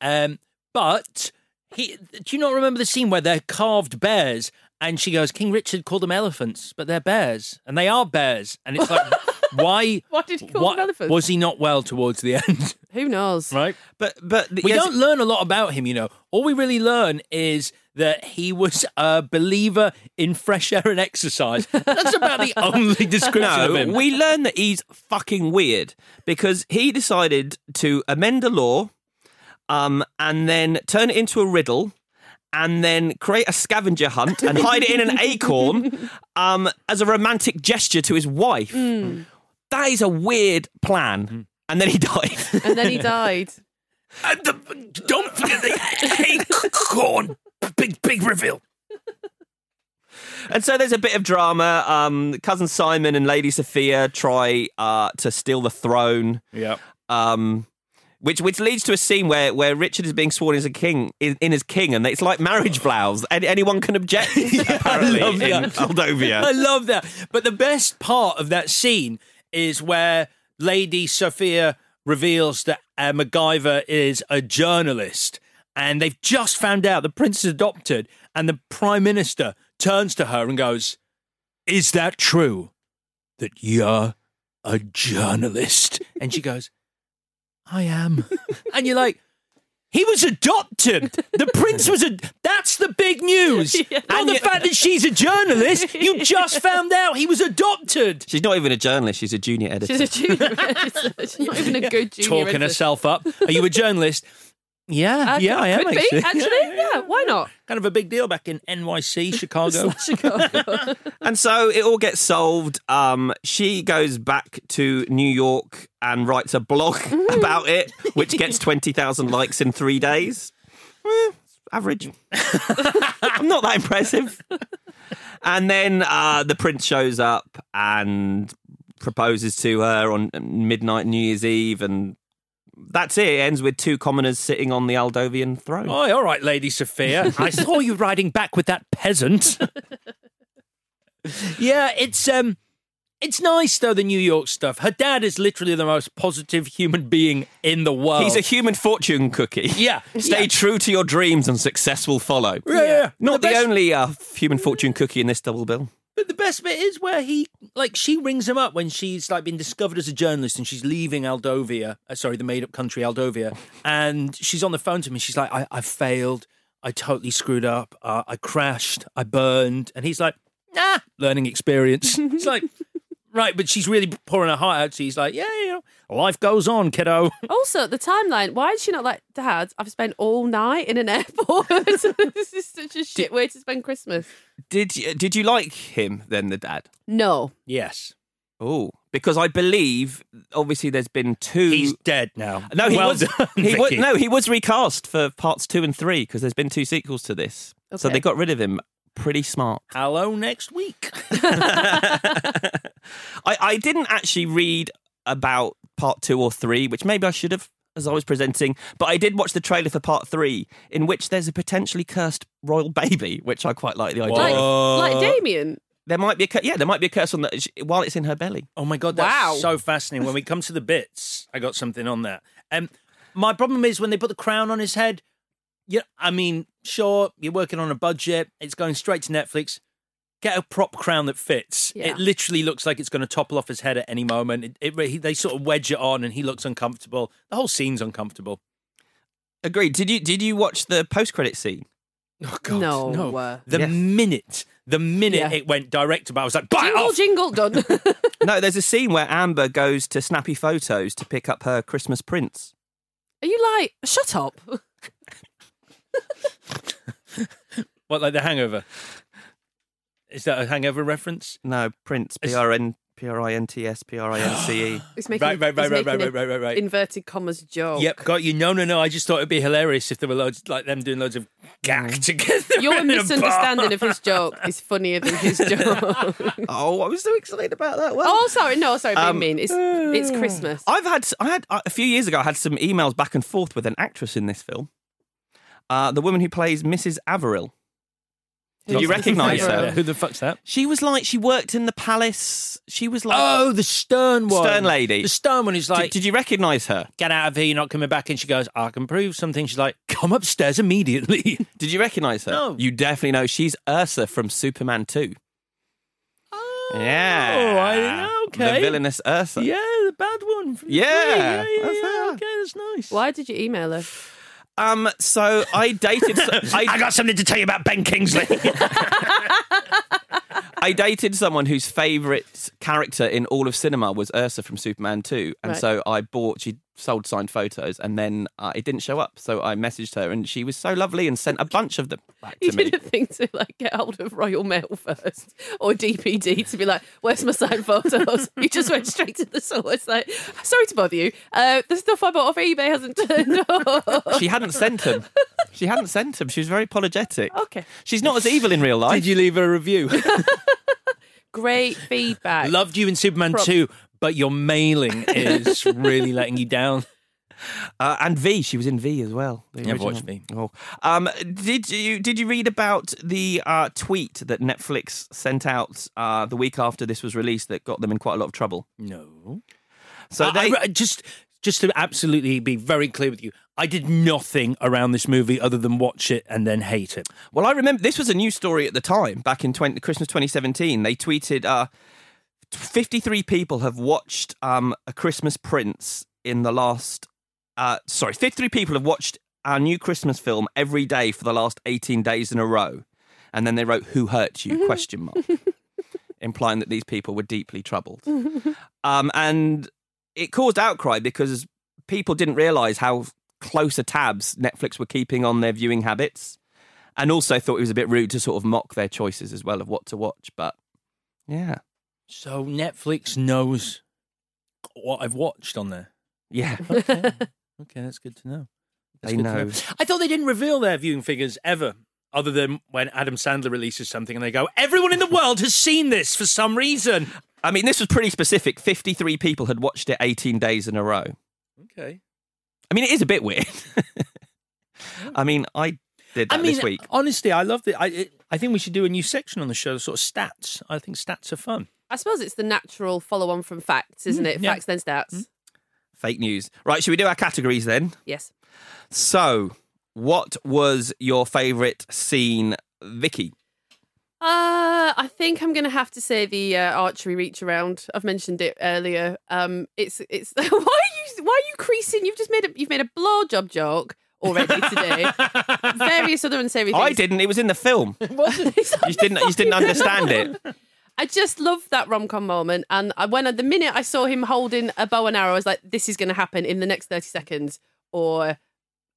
B: Um, but he, do you not remember the scene where they're carved bears? And she goes, King Richard called them elephants, but they're bears, and they are bears. And
A: *laughs*
B: it's like, why?
A: Why did he call
B: why-
A: them elephants?
B: Was he not well towards the end?
A: Who knows?
B: Right,
K: but but
B: we
K: yes-
B: don't learn a lot about him. You know, all we really learn is that he was a believer in fresh air and exercise. That's
K: *laughs*
B: about the only description
K: no,
B: of him.
K: we learn that he's fucking weird because he decided to amend a law, um, and then turn it into a riddle, and then create a scavenger hunt
B: *laughs*
K: and hide it in an acorn, um, as a romantic gesture to his wife.
B: Mm.
K: That is a weird plan. And then he *laughs* died.
A: And then he
B: *laughs*
A: died.
B: Don't forget the acorn. Big big reveal.
K: And so there's a bit of drama. Um, cousin Simon and Lady Sophia try uh, to steal the throne.
B: Yeah.
K: Um, which which leads to a scene where, where Richard is being sworn as a king in, in as king, and it's like marriage vows. And anyone can *laughs* object. apparently,
B: love
K: in
B: that.
K: Aldovia.
B: I love that. But the best part of that scene is where Lady Sophia reveals that uh, MacGyver is a journalist and they've just found out the prince is adopted and the prime minister turns to her and goes, is that true that you're a journalist? And she goes, I am. *laughs* And you're like, he was adopted. The prince was a. That's the big news. Not the fact that she's a journalist. You just found out he was adopted.
K: *laughs* She's not even a journalist. She's a junior editor.
A: She's a junior. editor. She's not even a good junior.
B: Talking
A: editor.
B: herself up. Are you a journalist? Yeah,
A: Uh,
B: yeah,
A: could-
B: I am
A: could be,
B: actually.
A: actually, yeah, why not?
B: *laughs* Kind of a big deal back in NYC, Chicago.
K: and so it all gets solved. Um, she goes back to New York and writes a blog *laughs* about it, which gets 20,000 likes in three days. Eh, average. I'm not that impressive. And then uh, the prince shows up and proposes to her on um, midnight New Year's Eve and. That's it. It ends with two commoners sitting on the Aldovian throne.
B: Oh, all right, Lady Sophia. *laughs* I saw you riding back with that peasant. *laughs* yeah, it's um it's nice though the New York stuff. Her dad is literally the most positive human being in the world.
K: He's a human fortune cookie.
B: Yeah.
K: *laughs* Stay
B: Yeah.
K: true to your dreams and success will follow.
B: Yeah, yeah.
K: Not the,
B: The best-
K: only uh, human fortune cookie in this double bill.
B: But the best bit is where he, like, she rings him up when she's like been discovered as a journalist and she's leaving Aldovia, uh, sorry, the made-up country *laughs* Aldovia, and she's on the phone to me. She's like, "I, I failed. I totally screwed up. Uh, I crashed. I burned." And he's like, "Nah, learning *laughs* experience." He's like, "Right," but she's really pouring her heart out. So he's like, "Yeah, you know, life goes on, kiddo."
A: Also, the timeline. Why is she not like, Dad? I've spent all night in an *laughs* airport. this is such a shit way to spend Christmas.
K: Did you, did you like him then, the dad?
A: No,
B: Yes.
K: Oh, because I believe obviously there's been two. He's
B: dead now.
K: No, he
B: Well
K: was.
B: done,
K: *laughs* he was
B: Vicky.
K: no, he was recast for parts two and three because there's been two sequels to this. So
B: Okay.
K: they got rid of him. Pretty smart.
B: Hello, next week.
K: I, I didn't actually read about part two or three, which maybe I should have as I was presenting, but I did watch the trailer for part three, in which there's a potentially cursed royal *laughs* baby, which I quite like the idea.
A: like,
K: of.
A: like Damien.
K: There might be a cur- yeah, there might be a curse on that while it's in her belly.
B: Oh my god, that's
K: Wow.
B: so fascinating. When we come to the bits, I got something on that. Um, my problem is when they put the crown on his head. Yeah, I mean, sure, you're working on a budget. It's going straight to Netflix. Get a prop crown that fits.
A: Yeah.
B: It literally looks like it's going to topple off his head at any moment. It, it, he, they sort of wedge it on, and he looks uncomfortable. The whole scene's uncomfortable.
K: Agreed. Did you did you watch the post credit scene?
B: Oh god,
A: No. uh,
B: The
K: Yes.
B: minute, the minute
A: Yeah.
B: it went direct to, I was like, bite
A: jingle,
B: off.
A: jingle, done.
K: *laughs*
A: *laughs*
K: no, there's a scene where Amber goes to Snappy Photos to pick up her Christmas prints.
A: Are you like, shut up? *laughs*
B: What, like the Hangover? Is that a Hangover reference?
K: No, prints. P R N P R I N T S P R I N C E.
A: It's making,
B: Right, right, right,
A: it's
B: right,
A: making
B: right,
A: a
B: right, right, right.
A: Inverted commas joke.
B: Yep, got you. No, no, no. I just thought it'd be hilarious if there were loads like them doing loads of gack together.
A: Your
B: *laughs* in a bar.
A: misunderstanding of his joke is funnier than his
B: *laughs*
A: joke.
K: *gasps* Oh, I was so excited about that one.
A: oh, sorry. No, sorry. being
K: Um,
A: mean. It's
B: *sighs*
A: it's Christmas.
K: I've had I had uh, a few years ago. I had some emails back and forth with an actress in this film, uh, the woman who plays Mrs. Averill. Did you recognise her?
B: Who the fuck's that?
K: She was like she worked in the palace. She was like
B: Oh, the stern one.
K: Stern lady.
B: The stern one is
K: Did-
B: like,
K: did, you recognise her?
B: get out of here. You're not coming back. And she goes, I can prove something. She's like, come upstairs immediately. *laughs*
K: Did you recognise her?
B: No.
K: You definitely know she's Ursa from Superman 2. Oh, yeah.
B: I- okay.
K: The villainous Ursa.
B: yeah, the bad one. from the
K: Yeah,
B: play. Yeah, yeah,
K: that's
B: yeah,
K: her.
B: Okay, that's nice.
A: Why did you email her?
K: Um. So I dated. *laughs* I,
B: I got something to tell you about Ben *laughs* Kingsley.
K: I dated someone whose favourite character in all of cinema was Ursa from Superman 2. And
A: Right.
K: so I bought, she sold signed photos, and then uh, it didn't show up. So I messaged her, and she was so lovely and sent a bunch of them back
A: You
K: to me.
A: didn't think to like get hold of Royal Mail first or DPD to be like, "Where's my signed photos?" *laughs* you just went straight to the source. Like, sorry to bother you. Uh, the stuff I bought off eBay hasn't
B: *laughs*
A: turned up.
K: She hadn't sent them. She hadn't sent them. She was very apologetic.
A: Okay.
K: She's not as evil in real life.
B: did you leave her a *laughs* review?
A: Great feedback.
B: Loved you in Superman
A: Prob-
B: 2, but your *laughs* mailing is really letting you down.
K: Uh, and V, she was in V as well. the
B: Never watched
K: original. Oh, um, did you did you read about the uh, tweet that Netflix sent out uh, the week after this was released that got them in quite a lot of trouble?
B: No.
K: So
B: Uh, I-
K: they
B: I- just just to absolutely be very clear with you, I did nothing around this movie other than watch it and then hate it.
K: Well, I remember this was a news story at the time, back in 20, Christmas 2017. They tweeted, uh, 53 people have watched um, A Christmas Prince in the last, uh, sorry, 53 people have watched our new Christmas film every day for the last 18 days in a row. And then they wrote, who hurt you, question mark, implying that these people were deeply troubled. Um, and it caused outcry because people didn't realise how closer tabs Netflix were keeping on their viewing habits, and also thought it was a bit rude to sort of mock their choices as well of what to watch. But yeah,
B: So Netflix knows what I've watched on there. *laughs*
K: yeah,
B: Okay, okay that's good to know. That's
K: they
B: good to
K: know.
B: I thought they didn't reveal their viewing figures ever, other than when Adam Sandler releases something and they go, "Everyone in the world has seen this for some reason."
K: I mean, this was pretty specific. Fifty-three people had watched it eighteen days in a row.
B: Okay.
K: I mean, it is a bit weird. *laughs* I mean, I did that
B: I mean,
K: this week.
B: honestly, I love it. I it, I think we should do a new section on the show, sort of stats. I think stats are fun.
A: I suppose it's the natural follow on from facts, isn't
B: Mm,
A: it?
B: yeah.
A: Facts then stats.
K: Fake news. Right, should we do our categories then?
A: Yes.
K: So, what was your favourite scene, Vicky?
A: Uh, I think I'm going to have to say the uh, archery reach around. I've mentioned it earlier. Um, it's it's *laughs* why are you why are you creasing? You've just made a you've made a blowjob joke already
K: *laughs*
A: today. Various other unsavory things.
K: I didn't. It was in the film. You
A: *laughs*
K: just didn't. You just
B: *laughs*
K: didn't understand it.
A: I just love that rom com moment. And I, when the minute I saw him holding a bow and arrow, I was like, this is going to happen in the next 30 seconds, or,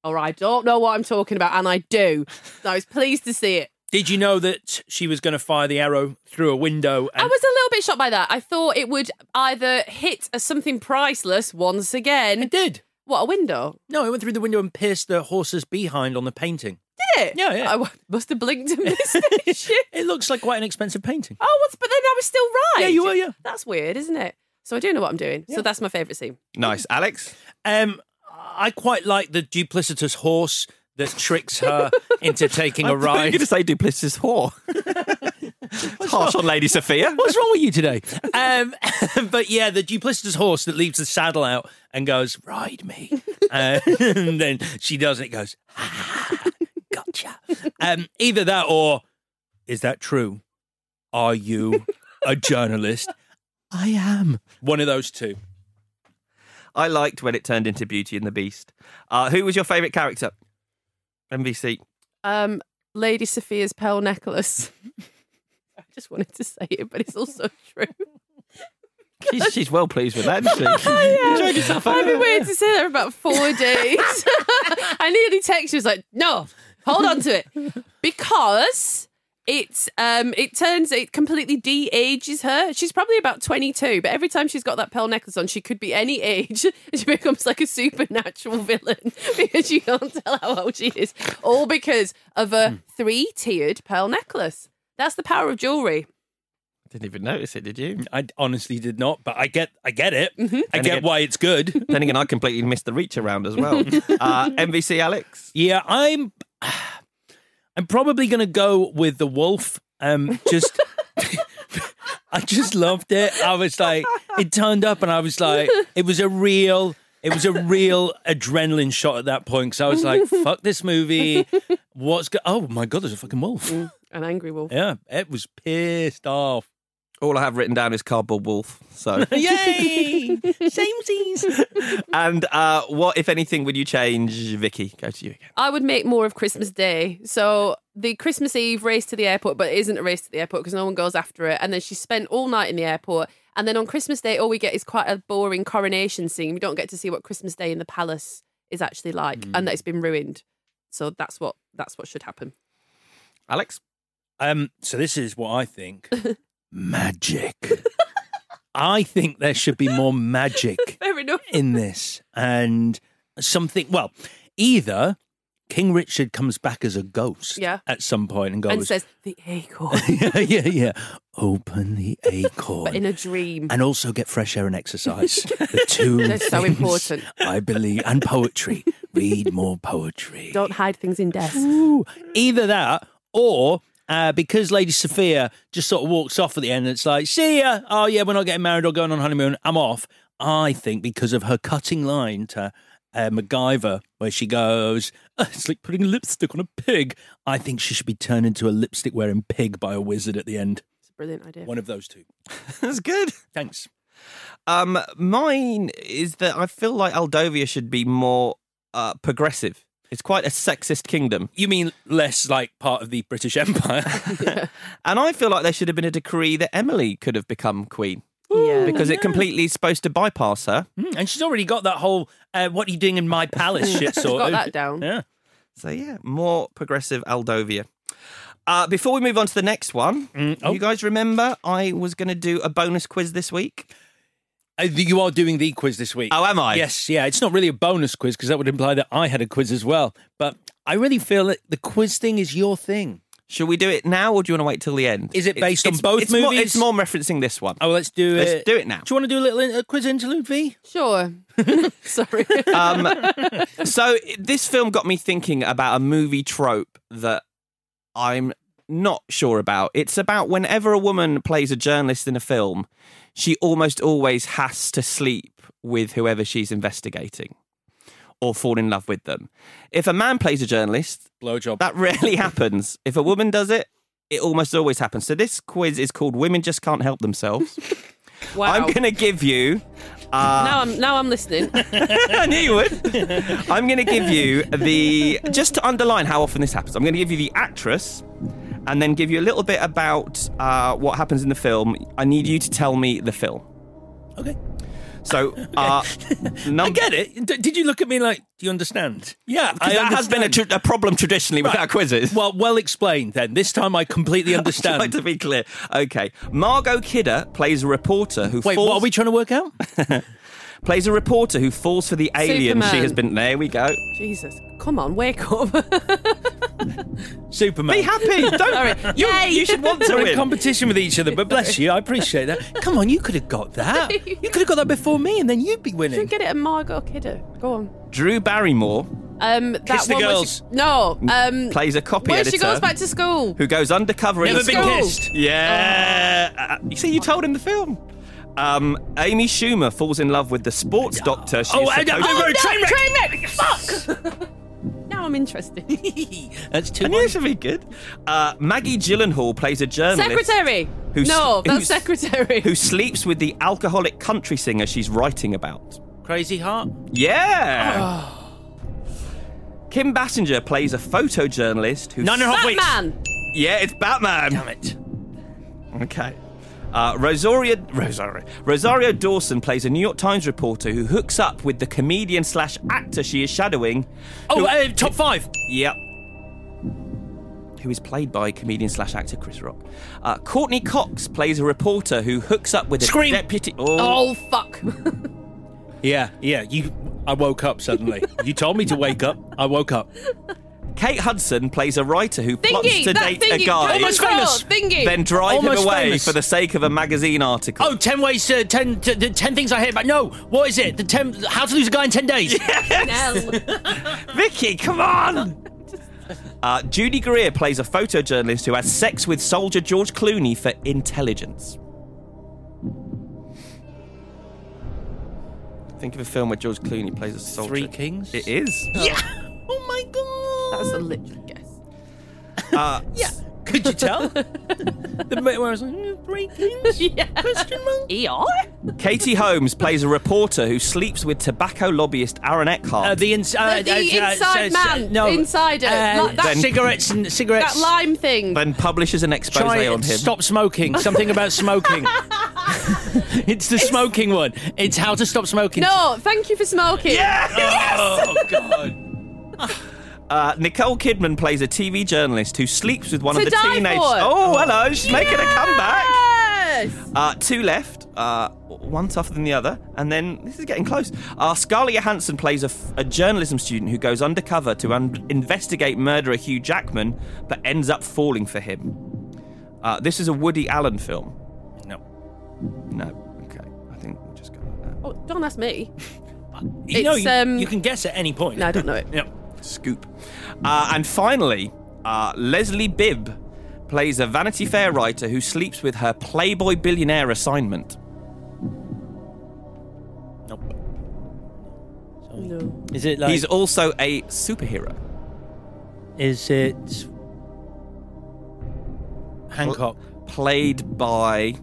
A: or I don't know what I'm talking about. And I do. So I was pleased to see it.
B: Did you know that she was going to fire the arrow through a window?
A: I was a little bit shocked by that. I thought it would either hit a something priceless once again. It
B: did.
A: What, a window?
B: No, it went through the window and pierced the horse's behind on
A: *laughs*
B: the painting.
A: Did it?
B: Yeah, yeah.
A: I must have blinked and missed
B: *laughs*
A: it. Shit.
B: It looks like quite an expensive painting.
A: Oh, what's, but then I was still right.
B: Yeah, you were, yeah.
A: That's weird, isn't it? So I do know what I'm doing. So that's my favourite scene.
K: Nice, Alex.
B: Um, I quite like the duplicitous horse that
A: *laughs*
B: tricks her into taking
K: I
B: a
K: thought You were
B: ride.
K: going to say duplicitous whore. It's *laughs* harsh on Lady Sophia.
B: What's wrong with you today? Um, *laughs* but yeah, the duplicitous horse that leaves the saddle out and goes, "Ride me," *laughs* uh, and then she does it. Goes, ah, "Gotcha." Um, either that or is that true? Are you a journalist? I am one of those two.
K: I liked when it turned into Beauty and the Beast. Uh, who was your favourite character? MVC.
A: Um, Lady Sophia's pearl necklace. *laughs* I just wanted to say it, but it's also *laughs* true.
K: She's, she's well pleased with that, isn't *laughs* she? Enjoyed yourself.
A: *laughs* I've been waiting to say that for about four days. *laughs* I nearly texted. She was like, "No, hold on to it," because it's um, it turns it completely de-ages her. She's probably about twenty-two, but every time she's got that pearl necklace on, she could be any age, *laughs* and she becomes like a supernatural villain *laughs* because you can't tell how old she is, all because of a three-tiered pearl necklace. That's the power of jewelry.
K: Didn't even notice it, did you?
B: I honestly did not, but I get, I get it. I
K: Then
B: get
K: again-
B: why it's good.
K: Then again, I completely missed the reach around as *laughs* well. Uh, MVC Alex.
B: Yeah, I'm. *sighs* I'm probably going to go with the wolf. Um, just. *laughs* I just loved it. I was like, it turned up, and I was like, it was a real, it was a real adrenaline shot at that point. Because I was *laughs* like, fuck this movie. What's go- oh my god, there's a fucking wolf.
A: An angry wolf.
B: Yeah, it was pissed off.
K: All I have written down is cardboard wolf. *laughs* So,
B: Yay! *laughs* Same scenes.
K: and uh, what, if anything, would you change, Vicky? Go to you again.
A: I would make more of Christmas Day. So the Christmas Eve race to the airport, but it isn't a race to the airport because no one goes after it. And then she spent all night in the airport. And then on Christmas Day, all we get is quite a boring coronation scene. We don't get to see what Christmas Day in the palace is actually like,
K: Mm.
A: and that it's been ruined. So that's what that's what should happen. *laughs*
K: Alex.
B: Um, so this is what I *laughs* think. magic. I think there should be more magic
A: Fair enough.
B: in this, and something. Well, either King Richard comes back as a ghost
A: Yeah.
B: at some point and goes,
A: and says the acorn,
B: *laughs*
K: *laughs*
B: yeah, yeah, yeah, open the
A: *laughs*
B: acorn.
A: but in a dream.
B: and also get fresh air
A: *laughs*
B: and exercise. The two
A: They're so
B: things
A: important.
B: I believe, and poetry. Read more poetry.
A: *laughs* Don't hide things
K: *laughs*
A: in death.
B: Ooh, either that or uh, because Lady Sophia just sort of walks off at the end, it's like, see ya. Oh, yeah, we're not getting married or going on honeymoon. I'm off. I think because of her cutting line to uh, MacGyver, where she goes, *laughs* it's like putting lipstick on a pig. I think she should be turned into a lipstick wearing pig by a wizard at the end.
A: It's a brilliant idea.
B: One of those two.
K: *laughs* That's good.
B: Thanks.
K: Um, mine is that I feel like Aldovia should be more uh, progressive. It's quite a sexist kingdom.
B: You mean less like part of the
A: *laughs*
B: British Empire? *laughs*
K: And I feel like there should have been a decree that Emily could have become queen.
B: Oh,
K: Yeah. Because it completely is supposed to bypass her.
B: Mm, and she's already got that whole uh, "What are you doing in my
A: *laughs*
B: palace?" shit
A: She's
B: sort
A: got
B: of.
A: that down.
B: Yeah.
K: So yeah, more progressive Aldovia. Uh, before we move on to the next one,
B: Mm, oh.
K: you guys remember I was going to do a bonus quiz this week.
B: Uh, you are doing the quiz this week.
K: Oh, am I?
B: Yes, yeah. It's not really a bonus quiz because that would imply that I had a quiz as well. But I really feel that the quiz thing is your thing.
K: Should we do it now, or do you want to wait till the end?
B: Is it
K: It's-
B: based on
K: it's-
B: both
K: it's
B: movies?
K: More, it's more referencing this one.
B: Oh, let's do it.
K: Let's do it now.
B: Do you want to do a little in- a quiz interlude, V?
K: *laughs*
A: Sure. *laughs* Sorry.
K: Um, so this film got me thinking about a movie trope that I'm not sure about. It's about whenever a woman plays a journalist in a film, she almost always has to sleep with whoever she's investigating or fall in love with them. If a man plays a journalist,
B: blowjob.
K: That *laughs* rarely happens. If a woman does it, it almost always happens. So this quiz is called "Women Just Can't Help Themselves."
A: Wow.
K: I'm going to give you. Uh,
A: now I'm now I'm
K: *laughs*
A: listening.
K: I knew you would. *laughs* I'm going to give you the just to underline how often this happens. I'm going to give you the actress, and then give you a little bit about uh, what happens in the film. I need you to tell me the film.
B: Okay.
K: *laughs* So, uh, num-
B: I get it. D- did you look at me like, do you understand? Yeah, I
K: that has been a, tr- a problem traditionally with
B: Right.
K: our quizzes. *laughs*
B: Well, well explained then. This time I *laughs* completely understand.
K: I'd like to be clear. Okay. Margot Kidder plays a reporter who
B: Wait,
K: falls.
B: what are we trying to work *laughs* out?
K: plays a reporter who falls for the alien she
A: Superman.
K: has been. There we go.
A: Jesus. Come on, wake up. *laughs*
B: Superman.
K: Be *laughs* happy. Don't.
A: Sorry.
K: you,
A: Yay.
K: you should want to
B: We're in
K: win.
B: competition with each other, but bless you, I appreciate that. Come on, you could have got that. *laughs* You could have got that before me, and then you'd be
A: Should
B: winning.
A: get it at Margot Kidder. Go on.
K: Drew Barrymore
A: Um, that
B: Kiss the
A: one
B: girls.
A: Where she, no. Um,
K: plays a copy
A: where
K: editor
A: she goes back to school.
K: who goes undercover in
B: Never
K: a
B: been
K: school.
B: kissed.
K: Yeah. Uh, you see, you told him the film. Um, Amy Schumer falls in love with the sports doctor. She's
B: Oh, I- I
K: supposed-
B: wrote train
K: *laughs*
B: wreck.
A: Fuck. now I'm interested.
B: That's too
K: I knew this would be good. Uh, Maggie Gyllenhaal plays a journalist.
A: secretary.
K: Who's-
A: no, that's
K: who's-
A: secretary.
K: who sleeps with the alcoholic country singer she's writing about.
B: Crazy heart. *sighs*
K: Yeah. Kim Bassinger plays a photojournalist who.
B: Nine and a half weeks.
A: Batman.
K: Yeah, it's Batman.
B: Damn it.
K: Okay. Uh, Rosaria Rosario Rosario Dawson plays a New York Times reporter who hooks up with the comedian slash actor she is shadowing.
B: Oh,
K: who-
B: uh, top five.
K: Yep. Who is played by comedian slash actor Chris Rock? Uh, Courtney Cox plays a reporter who hooks up with a
B: Scream.
K: deputy.
A: Oh fuck.
B: Yeah, yeah. You. I woke up suddenly. you told me to wake up. I woke up.
K: Kate Hudson plays a writer who plots
A: Thingy.
K: to date
A: that thingy.
K: a guy,
A: Almost
B: famous.
A: Thingy.
K: then drive
B: Almost
K: him away
B: famous.
K: for the sake of a magazine article.
B: Oh, 10 ways to 10, to, the 10 things I hate about. No, what is it? The 10 how to lose a guy in 10 days.
K: *laughs*
A: Nell.
K: Vicky, come on! *laughs* Uh, Judy Greer plays a photojournalist who has sex with soldier George Clooney for intelligence. Think of a film where George Clooney plays a soldier.
B: Three Kings?
K: It is.
B: Yeah. Oh my god.
A: That's a literal guess.
K: Uh,
B: Yeah. *laughs* Could you tell? the bit where I was like, "Mm, three kings?
A: Yeah. E
B: Question mark?
A: Eeyore?
K: Katie Holmes plays a reporter who sleeps with tobacco lobbyist Aaron Eckhart.
B: Uh, the ins- uh,
A: The- the
B: uh, uh,
A: inside man,
B: no. Uh,
A: insider, like that-
B: cigarettes and cigarettes.
A: That lime thing.
K: then publishes an expose
B: Try
K: on him.
B: and stop smoking. Something about *laughs* smoking. it's the smoking one. It's how to stop smoking.
A: No, thank you for smoking.
K: Yeah!
B: Oh god.
K: Uh, Nicole Kidman plays a TV journalist who sleeps with one
A: To
K: of the
A: die
K: teenage.
A: for.
K: Oh, hello! She's making a comeback.
A: Yes!
K: Uh, two left, uh, one tougher than the other, and then this is getting close. Uh, Scarlett Johansson plays a, f- a journalism student who goes undercover to un- investigate murderer Hugh Jackman, but ends up falling for him. Uh, this is a Woody Allen film.
B: No.
K: No, okay, I think we'll just go like that.
A: Oh, don't ask me.
B: You know,
A: It's,
B: you,
A: um,
B: you can guess at any point.
A: No, I
B: *laughs*
A: don't know it.
B: Yeah.
K: Scoop. Uh, and finally, uh, Leslie Bibb plays a Vanity Fair writer who sleeps with her Playboy billionaire assignment.
B: Nope.
A: No.
B: Is it like?
K: He's also a superhero.
B: is it Hancock?
K: Played by.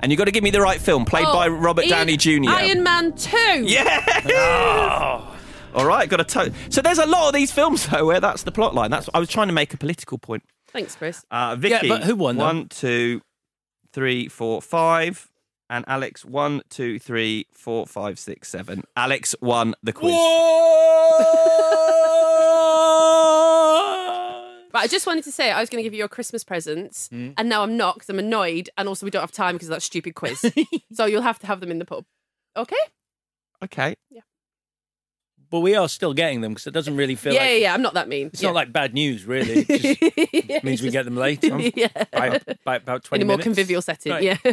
K: And you got to give me the right film. Played
A: Oh,
K: by Robert
A: Ian-
K: Downey Jr.
A: Iron Man 2.
K: Yeah! All right, got a to. So there's a lot of these films though where that's the plot line. That's I was trying to make a political point.
A: Thanks, Chris.
K: Uh, Vicky,
B: but who won, though?
K: One, two, three, four, five. And Alex, one, two, three, four, five, six, seven. Alex won the quiz.
A: Right, I just wanted to say I was going to give you your Christmas presents,
K: Mm.
A: and now I'm not because I'm annoyed, and also we don't have time because of that stupid quiz.
B: *laughs*
A: so you'll have to have them in the pub. Okay?
K: Okay.
A: Yeah.
B: But we are still getting them because it doesn't really feel
A: yeah,
B: like
A: yeah, yeah. I'm not that mean.
B: it's
A: yeah.
B: not like bad news, really.
A: *laughs*
B: It just means we get them later.
A: Yeah.
B: By, by about
A: in
B: 20
A: a more
B: minutes.
A: convivial setting.
B: Right.
A: Yeah.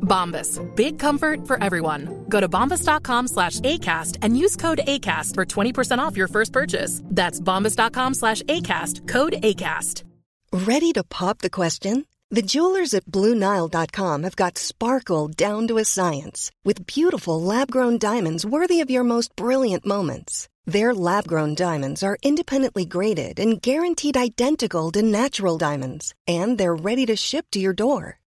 M: Bombas. Big comfort for everyone. Go to bombas.com slash ACAST and use code ACAST for 20% off your first purchase. That's bombas.com slash ACAST, code ACAST.
L: Ready to pop the question? The jewelers at BlueNile.com have got sparkle down to a science with beautiful lab grown diamonds worthy of your most brilliant moments. Their lab grown diamonds are independently graded and guaranteed identical to natural diamonds, and they're ready to ship to your door.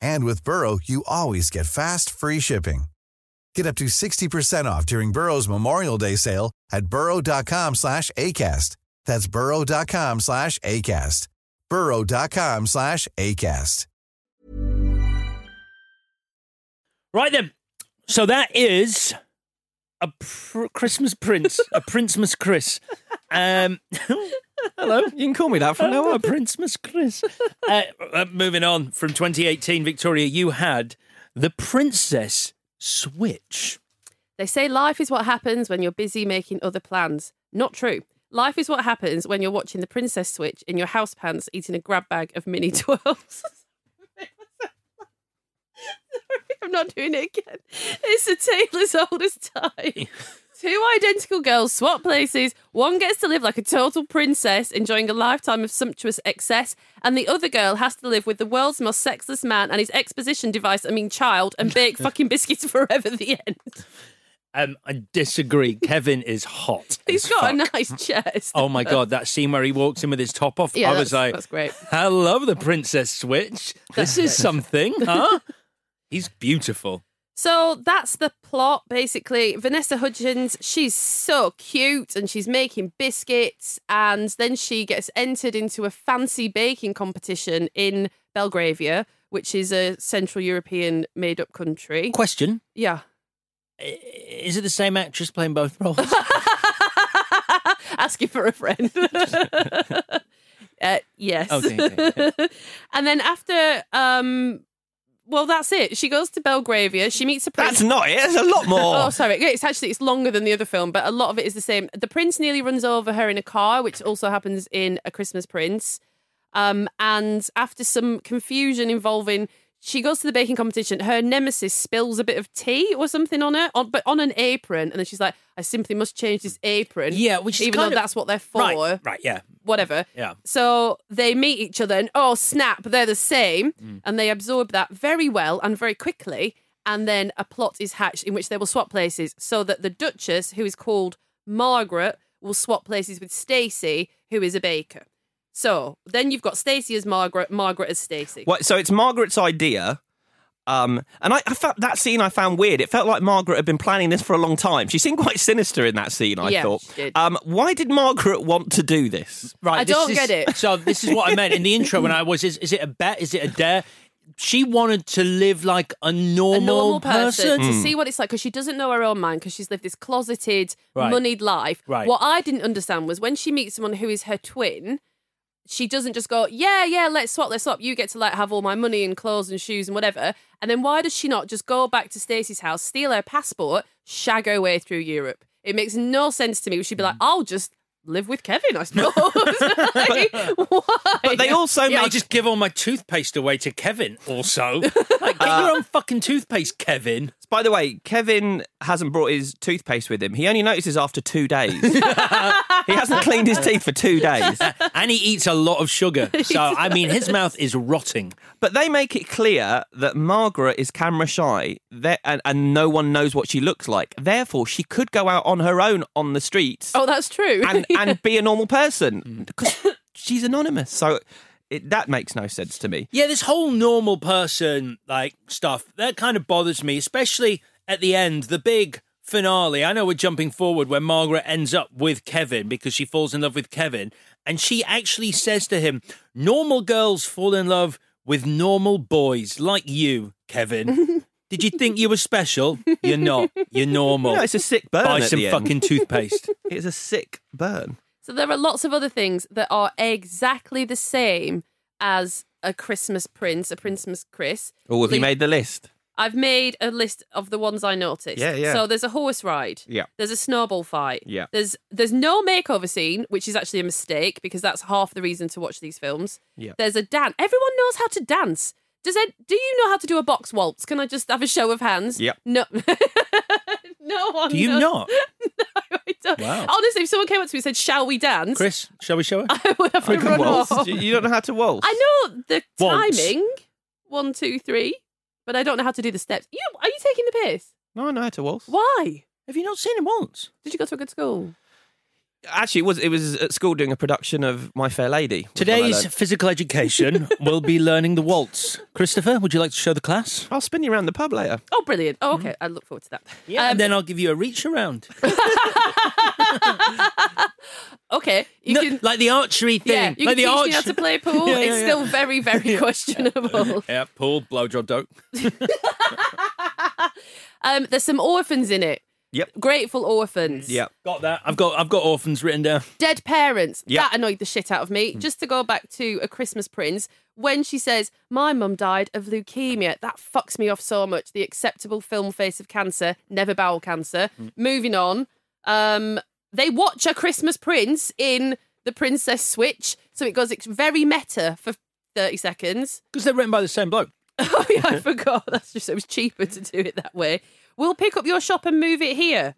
N: And with Burrow, you always get fast, free shipping. Get up to 60% off during Burrow's Memorial Day sale at burrow.com slash ACAST. That's burrow.com slash ACAST. burrow.com slash ACAST.
B: Right then. So that is a pr- Christmas Prince, a Princemas Chris. Um, *laughs* hello, you can call me that from *laughs* now on, Princemas Chris. Uh, uh, moving on from 2018, Victoria, you had the Princess Switch.
A: They say life is what happens when you're busy making other plans. Not true. Life is what happens when you're watching the Princess Switch in your house pants eating a grab bag of mini *laughs* twirls. Sorry, I'm not doing it again. It's a tale as old as time. Two identical girls swap places. One gets to live like a total princess, enjoying a lifetime of sumptuous excess, and the other girl has to live with the world's most sexless man and his exposition device, I mean child, and bake fucking biscuits forever the end.
B: Um, I disagree. Kevin is hot.
A: He's got a nice *laughs* chest.
B: Oh my god, that scene where he walks in with his top off.
A: Yeah,
B: I was
A: that's-
B: like,
A: that's great.
B: I love the Princess Switch. This is something,
A: *laughs*
B: huh? He's beautiful.
A: So that's the plot, basically. Vanessa Hudgens, she's so cute and she's making biscuits, and then she gets entered into a fancy baking competition in Belgravia, which is a Central European made up country.
B: Question:
A: Yeah. *laughs*
B: Is it the same actress playing both roles?
A: Asking for a friend. *laughs* uh, yes.
B: Okay, okay,
A: and then after, um, well, that's it. She goes to Belgravia. She meets a prince.
K: That's not it. There's a lot more.
A: oh, sorry. Yeah, It's actually it's longer than the other film, but a lot of it is the same. The prince nearly runs over her in a car, which also happens in A Christmas Prince. Um, and after some confusion involving She goes to the baking competition. Her nemesis spills a bit of tea or something on her, on, but on an apron, and then she's like, "I simply must change this apron."
B: Yeah, which is
A: even though
B: kind of-
A: that's what they're for.
B: Right, right, yeah.
A: Whatever.
B: Yeah.
A: So they meet each other, and oh snap, they're the same, and they absorb that very well and very quickly. And then a plot is hatched in which they will swap places, so that the Duchess, who is called Margaret, will swap places with Stacy, who is a baker. So then you've got Stacy as Margaret, Margaret as Stacy.
K: Well, so it's Margaret's idea. Um, and I, I felt that scene I found weird. It felt like Margaret had been planning this for a long time. She seemed quite sinister in that scene, I
A: Yeah,
K: thought.
A: she did.
K: Um, why did Margaret want to do this?
B: Right,
A: I
B: this
A: don't
B: is-
A: get it.
B: So this is what I meant in the intro when I was: is, is it a bet? Is it a dare? She wanted to live like a normal,
A: a normal person, to
B: Mm.
A: see what it's like because she doesn't know her own mind because she's lived this closeted,
B: Right.
A: moneyed life.
B: Right.
A: What I didn't understand was when she meets someone who is her twin, she doesn't just go, yeah, yeah, let's swap, let's swap. You get to like have all my money and clothes and shoes and whatever. And then why does she not just go back to Stacey's house, steal her passport, shag her way through Europe? It makes no sense to me. She'd be like, I'll just live with Kevin, I suppose. *laughs* Like, why?
B: *laughs* But they also
A: Yeah,
B: I'll just give all my toothpaste away to Kevin.
A: *laughs*
B: Also, like, get your own fucking toothpaste, Kevin.
K: By the way, Kevin hasn't brought his toothpaste with him. He only notices after two
A: *laughs*
K: days. he hasn't cleaned his teeth for two days.
B: and he eats a lot of
A: *laughs*
B: sugar. So, I mean, his mouth is rotting.
K: But they make it clear that Margaret is camera shy there, and, and no one knows what she looks like. Therefore, she could go out on her own on the streets
A: Oh, that's true. *laughs*
K: and, and be a normal
B: Hmm.
K: person because she's anonymous. So it, that makes no sense to me.
B: Yeah, this whole normal person like stuff that kind of bothers me, especially at the end, the big finale. I know we're jumping forward where Margaret ends up with Kevin because she falls in love with Kevin, and she actually says to him, "Normal girls fall in love with normal boys like you,
K: *laughs*
B: Kevin." Did you think you were special? You're not. You're normal.
K: *laughs* No, it's a sick burn
B: Buy
K: at
B: some
K: the end. *laughs*
B: fucking toothpaste.
K: It's a sick burn.
A: So there are lots of other things that are exactly the same as a Christmas prince, a Christmas Chris.
B: Oh,
K: Or Oh, have you
A: Le-
K: made the list?
A: I've made a list of the ones I noticed.
K: Yeah, yeah.
A: So there's a horse ride.
K: Yeah.
A: There's a snowball fight.
K: Yeah.
A: There's there's no makeover scene, which is actually a mistake because that's half the reason to watch these films.
K: Yeah.
A: There's a dance. Everyone knows how to dance. Does it, do you know how to do a box waltz? Can I just have a show of hands?
K: Yep.
A: No. *laughs* no one.
B: Do you
A: knows.
B: not?
A: *laughs* I don't-
B: Wow.
A: Honestly, if someone came up to me and said, "Shall we dance?"
B: Chris, shall we
K: *laughs*
B: show her?
A: I would have to run
K: waltz?
A: off.
K: You, you don't know how to waltz?
A: I know the
K: Waltz.
A: timing. One, two, three. But I don't know how to do the steps. You are you taking the piss?
K: No, I know how to waltz.
A: Why?
B: Have you not seen him once?
A: Did you go to a good school?
K: Actually, it was it was at school doing a production of My Fair Lady. which is what I
B: Today's
K: learned.
B: physical education will be learning the waltz. Christopher, would you like to show the class?
K: I'll spin you around the pub later.
A: Oh, brilliant! Oh, okay, I look forward to that. Um,
B: Yeah, and then I'll give you a reach around.
A: Okay, you
B: No,
A: can.
B: like the archery thing.
A: Yeah, you can teach
B: like the arch-
A: me how to *laughs* play pool.
B: Yeah, yeah,
A: it's
B: yeah.
A: still very, *laughs* very *laughs* questionable.
B: *laughs* Yeah, pool, blowjob, dope.
A: Um, there's some orphans in it.
K: Yep.
A: Grateful orphans.
K: Yep.
B: Got that. I've got I've got orphans written down.
A: Dead parents.
K: Yeah.
A: That annoyed the shit out of me. Just to go back to A Christmas Prince, when she says, My mum died of leukemia, that fucks me off so much. The acceptable film face of cancer, never bowel cancer. Moving on. Um, they watch A Christmas Prince in The Princess Switch. So it goes ex- very meta for 30 seconds.
B: Because they're written by the same bloke.
A: *laughs* Oh, yeah, I forgot. *laughs* That's just, it was cheaper to do it that way. We'll pick up your shop and move it here.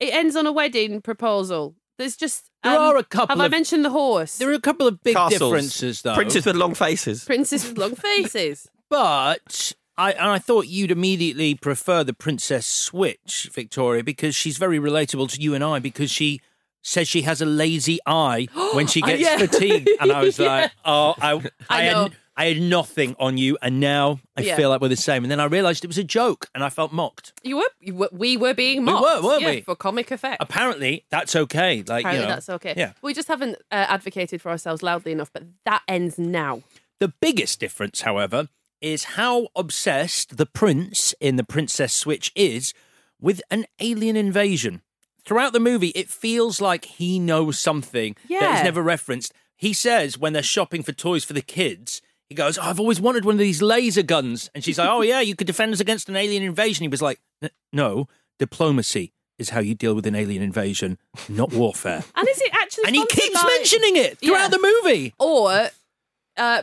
A: It ends on a wedding proposal. There's just. um,
B: There are a couple
A: Have I
B: of-
A: mentioned the horse?
B: There are a couple of big
K: Castles.
B: differences though.
K: Princes with long faces.
A: Princess with long faces.
B: But I and I thought you'd immediately prefer the Princess Switch, Victoria, because she's very relatable to you and I because she says she has a lazy
A: *gasps*
B: eye when she
A: Oh,
B: gets
A: yeah. *laughs*
B: fatigued. And I was like, oh, I, I,
A: I know.
B: had, I had nothing on you, and now I
A: Yeah.
B: feel like we're the same. And then I realised it was a joke, and I felt mocked.
A: *laughs* You were, you were, we were being
B: We were,
A: mocked.
B: weren't
A: yeah,
B: we?
A: For comic effect.
B: Apparently, that's okay. Like,
A: Apparently
B: you know,
A: that's okay.
B: Yeah.
A: We just haven't uh, advocated for ourselves loudly enough, but that ends now.
B: The biggest difference, however, is how obsessed the prince in The Princess Switch is with an alien invasion. Throughout the movie, it feels like he knows something that
A: Yeah.
B: is never referenced. He says when they're shopping for toys for the kids, he goes, oh, I've always wanted one of these laser guns. And she's like, Oh, yeah, you could defend us against an alien invasion. He was like, "N- No, diplomacy is how you deal with an alien invasion,
A: *laughs*
B: not warfare.
A: And is it actually?
B: and he
A: sponsored
B: keeps
A: by-
B: mentioning it throughout
A: Yeah.
B: the movie.
A: Or uh,